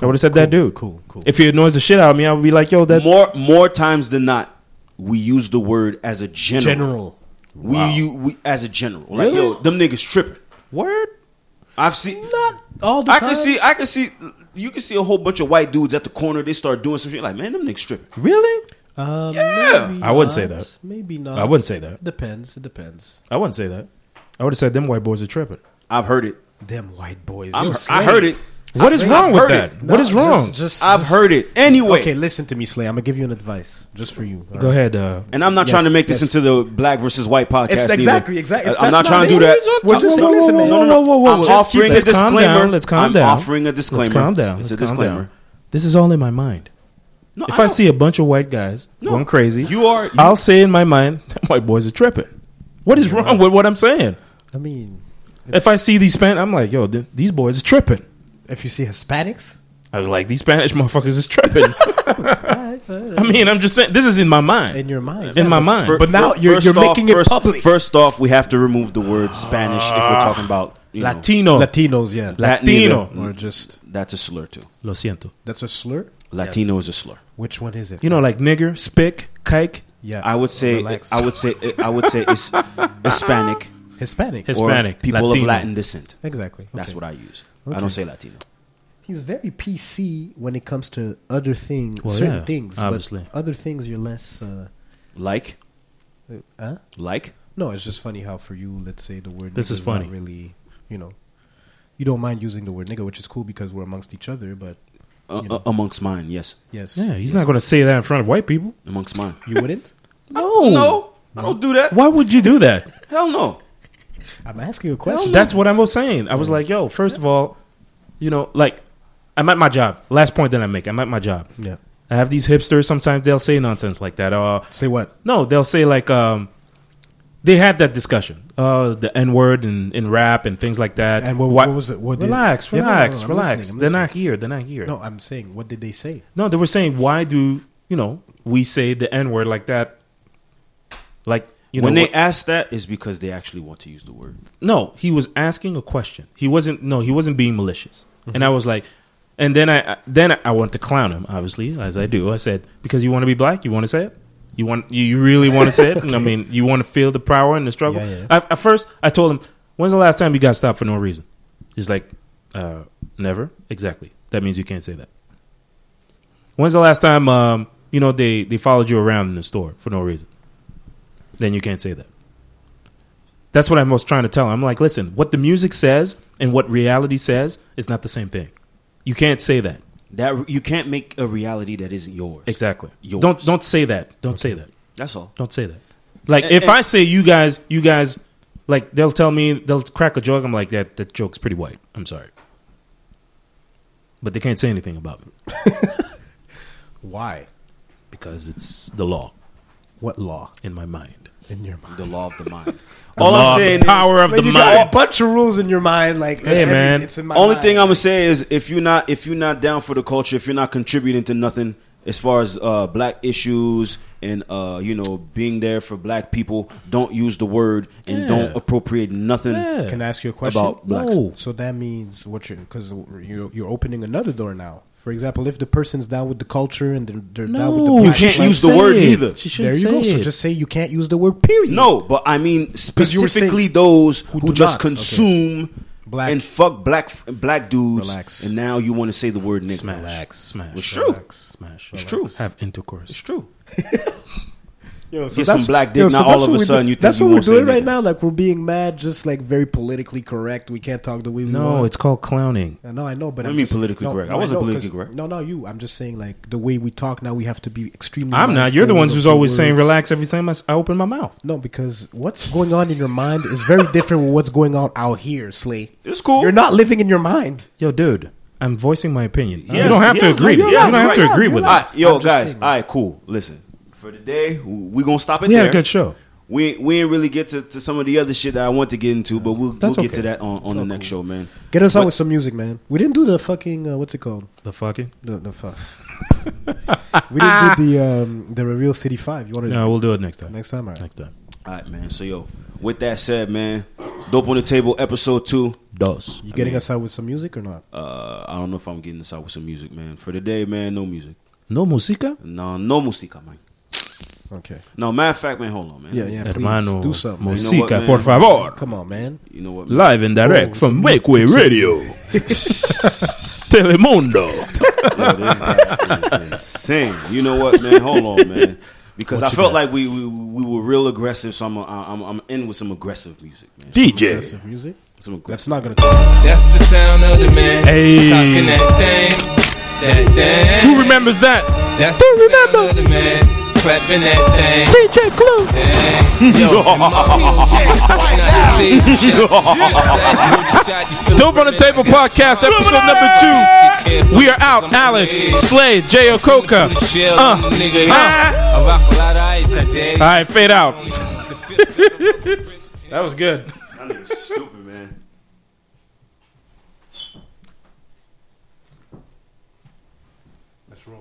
S4: I would have said that dude.
S5: Cool, cool.
S4: If he annoys the shit out of me, I would be like, yo, that.
S3: more more times than not, we use the word as a general.
S5: General.
S3: We, u- we as a general. Like yo, them niggas tripping.
S4: Word?
S3: I've seen not
S5: all the
S3: I
S5: time.
S3: can see I can see you can see a whole bunch of white dudes at the corner. They start doing some shit like man, them niggas tripping.
S4: Really?
S5: Um,
S3: Yeah.
S5: maybe
S4: I wouldn't say
S5: not,
S4: that.
S5: Maybe not.
S4: I wouldn't say that.
S5: Depends. It depends.
S4: I wouldn't say that. I would have said them white boys are tripping.
S3: I've heard it.
S5: Them white boys.
S3: I'm,
S5: yo,
S3: I
S5: slave.
S3: heard it.
S4: What is
S3: I've
S4: wrong with
S3: heard
S4: that?
S3: it.
S5: No,
S4: what is wrong?
S5: Just, just,
S3: I've
S5: just-
S3: heard it. Anyway,
S5: Okay, listen to me, Slay. I'm gonna give you an advice just for you.
S4: Go ahead. Uh,
S3: and I'm not
S5: Yes,
S3: trying to make this
S5: yes.
S3: into the black versus white podcast.
S5: It's
S3: neither.
S5: exactly, exactly. It's-
S3: I- I'm not
S5: that's
S3: trying to
S5: not
S3: do
S5: it.
S3: that.
S5: We're just saying, listen, man.
S4: Whoa, whoa, whoa, whoa,
S3: I'm
S4: whoa.
S3: offering a
S4: Let's calm
S3: disclaimer.
S4: down, Let's calm
S3: I'm
S4: down.
S3: offering a disclaimer.
S4: Let's calm down.
S3: It's
S4: Let's
S3: a
S4: calm
S3: disclaimer.
S4: down. This is all in my mind.
S3: No,
S4: If I,
S3: know.
S4: see a bunch of white guys going crazy,
S3: you are. You,
S4: I'll say in my mind, white boys are tripping. What is wrong with what I'm saying?
S5: I mean,
S4: If I see these Spanish, I'm like, yo, th- these boys are tripping.
S5: if you see Hispanics,
S4: I was like, these Spanish motherfuckers is tripping. I mean, I'm just saying, this is in my
S5: in
S4: mind.
S5: your mind,
S4: In my
S5: but
S4: mind.
S3: Fir-
S5: But now
S3: fir-
S5: you're-
S3: first
S5: you're
S3: off-
S5: making it
S3: first-
S5: public. Ah,
S3: First off, we have to remove the word Spanish if we're talking about you know,
S4: Latino.
S5: Latinos, yeah,
S3: Latino.
S4: Latino.
S5: or just
S3: That's a slur too.
S4: Lo siento.
S5: that's a slur.
S3: Latino is a slur.
S5: Which one is it?
S4: You know, like nigger, spick, kike,
S5: yeah,
S3: I would say.
S5: relax.
S3: I would say. I would say it's Hispanic,
S5: Hispanic.
S4: His-
S3: or
S4: Hispanic,
S3: people
S4: Latino.
S3: of Latin descent.
S5: exactly.
S3: That's
S5: Okay.
S3: what I use. I
S5: Okay.
S3: don't say Latino.
S5: He's very PC when it comes to other things,
S4: Well,
S5: certain
S4: yeah,
S5: things.
S4: obviously.
S5: but other things you're less. Uh,
S3: Like,
S5: uh, huh?
S3: like.
S5: No, it's just funny how for you, let's say the word.
S4: This
S5: nigga
S4: is
S5: not
S4: funny.
S5: really, you know, you don't mind using the word nigga, which is cool because we're amongst each other. But
S3: Uh,
S5: You
S3: uh,
S5: know.
S3: amongst mine, yes.
S5: yes,
S4: Yeah, he's not going to say that in front of white people.
S3: Amongst mine.
S5: you wouldn't.
S4: No.
S3: No,
S5: Mm-hmm.
S3: I don't do that.
S4: Why would you do that?
S3: Hell no.
S5: I'm asking you a question.
S4: That's what I was saying. I was like, yo, first of all, you know, like, I'm at my job. Last point that I make, I'm at my job.
S5: yeah.
S4: I have these hipsters, sometimes they'll say nonsense like that. Uh,
S5: Say what?
S4: no, they'll say, like, um, they had that discussion. Uh, the N word and in rap and things like that.
S5: And what,
S4: Why-
S5: what was it? What did-
S4: relax,
S5: Yeah, no, no, no,
S4: relax,
S5: I'm
S4: relax.
S5: listening, I'm
S4: They're
S5: listening.
S4: not here. They're not here.
S5: No, I'm saying, what did they say?
S4: No, they were saying, why do you know we say the N word like that? Like you
S3: when
S4: know,
S3: they
S4: what-
S3: ask that, is because they actually want to use the word.
S4: no, he was asking a question. He wasn't. No, he wasn't being malicious.
S5: Mm-hmm.
S4: And I was like, and then I I- then I want to clown him, obviously, as I do. I said, because you want to be black, you want to say it. You want you you really want to say it. And I mean, you want to feel the power and the struggle.
S5: Yeah, yeah.
S4: I, at first, I told him, when's the last time you got stopped for no reason? He's like, uh, never. Exactly. That means you can't say that. When's the last time um, you know they they followed you around in the store for no reason? Then you can't say that. That's what I was trying to tell him. I'm like, listen, what the music says and what reality says is not the same thing. You can't say that.
S3: That you can't make a reality that isn't yours.
S4: Exactly.
S3: Yours.
S4: Don't don't say that. Don't say that.
S3: That's all.
S4: Don't say that. Like
S3: And-
S4: if
S3: and-
S4: I say you guys, you guys, like they'll tell me they'll crack a joke. I'm like that. That joke's pretty white. I'm sorry, but they can't say anything about it
S5: Why?
S4: because it's the law
S5: What law
S4: in my mind.
S5: in your mind?
S3: The law of the mind. all
S4: law
S3: I'm
S4: of the
S3: saying
S4: power
S3: is,
S4: of the
S5: you got a
S4: mind.
S5: bunch of rules in your mind. Like, it's every-
S4: man.
S5: it's in my
S3: only
S5: mind.
S3: thing I'm gonna say is if you're not if you're not down for the culture, if you're not contributing to nothing as far as uh, black issues and uh, you know being there for black people, don't use the word and
S4: Yeah.
S3: don't appropriate nothing.
S4: Yeah.
S5: Can I ask you a question?
S3: About blacks.
S4: No.
S5: So that means what you're because you're, you're opening another door now. For example, if the person's down with the culture and they're, they're down with the
S4: you
S5: black-
S3: can't
S4: shouldn't
S3: use the
S4: say
S3: word
S4: it.
S3: either.
S4: She shouldn't
S5: there you
S4: say
S5: go. So
S4: it.
S5: just say you can't use the word period.
S3: No, but I mean
S5: 'Cause you were saying-
S3: specifically those who,
S5: Who do
S3: just
S5: not, okay.
S3: consume
S5: Black.
S3: and fuck black black dudes,
S5: Relax.
S3: and now you want to say the word nigga.
S4: smash,
S5: Relax.
S4: smash,
S3: It's true.
S4: smash.
S3: It's true.
S4: Have intercourse.
S3: It's true.
S5: Yo,
S3: Get some
S5: that's-
S3: black dick,
S5: yo,
S3: now
S5: that's
S3: all
S5: what
S3: of a
S5: we do-
S3: sudden you think
S5: That's
S3: you
S5: what we're
S3: gonna say
S5: doing right
S3: nigga.
S5: now. Like we're being mad, just like very politically correct. We can't talk the way we
S4: No,
S5: want.
S4: it's called clowning.
S5: I know, I know, but
S3: What do
S5: I'm
S3: you mean
S5: just-
S3: politically
S5: no,
S3: correct? I
S5: no,
S3: wasn't
S5: know, 'cause-
S3: politically correct.
S5: No, no, you. I'm just saying, like the way we talk now, we have to be extremely.
S4: I'm not. You're the
S5: mindful
S4: ones
S5: of
S4: who's
S5: the
S4: always saying
S5: words.
S4: relax every time I, s- I open my mouth.
S5: No, because what's going on in your mind is very different with what's going on out here, Slay.
S3: It's cool.
S5: You're not living in your mind.
S4: Yo, dude, I'm voicing my opinion.
S3: Yes,
S4: you don't have to
S3: yes,
S4: agree.
S3: no,
S4: you
S3: yes,
S4: don't have
S3: right.
S4: to agree
S5: You're
S4: with it.
S5: right.
S3: All right, yo,
S5: I'm just
S3: guys.
S5: saying.
S3: all right, cool. Listen, for today, we gonna stop it
S4: We
S3: there.
S4: had a good show.
S3: We we didn't really get to, to some of the other shit that I want to get into, but we'll
S4: That's
S3: we'll get to
S4: okay.
S3: that on, on the next show, man.
S5: Get us out
S3: What-
S5: with some music, man. We didn't do the fucking uh, what's it called?
S4: The fucking.
S5: The the fuck. we didn't do the um, the real city five. You want to
S4: No, we'll do it next time.
S5: next time? All right.
S4: Next time.
S3: All right, man. So yo, with that said, man, dope on the table, episode two.
S4: Dos.
S5: You getting
S3: mean-
S5: us out with some music or not?
S3: Uh, I don't know if I'm getting this out with some music, man. For today, man, no music.
S4: No música.
S3: No, no musica, man.
S5: Okay.
S3: No, matter of fact, man, hold on, man.
S5: Yeah, yeah. Please
S4: Hermano.
S5: do something. man.
S4: Música,
S3: You know what, man?
S4: por favor.
S5: Come on, Oh, man.
S3: You know what? man?
S4: Live and direct from Wakeway Radio. Telemundo.
S3: Yo, this guy is insane. You know what, man? Hold on, man. Because I felt like we, we we were real aggressive, so I'm I'm I'm in with some aggressive music, man.
S4: DJ.
S5: Aggressive music.
S3: Some aggressive.
S5: That's not gonna. Come.
S6: That's the sound of the man.
S4: Hey.
S6: Talking that thing. That thing.
S4: Who remembers that?
S6: That's the sound of the man. Clapping that thing. DJ Clue. Yo, and my wheelchair is white now.
S4: Dope on the Table podcast, episode number two. We are out. Alex, Slade, Jay Okoka. Uh, uh.
S6: I rock a lot of ice, I dig.
S4: All right, fade out. That was good.
S3: That nigga's stupid.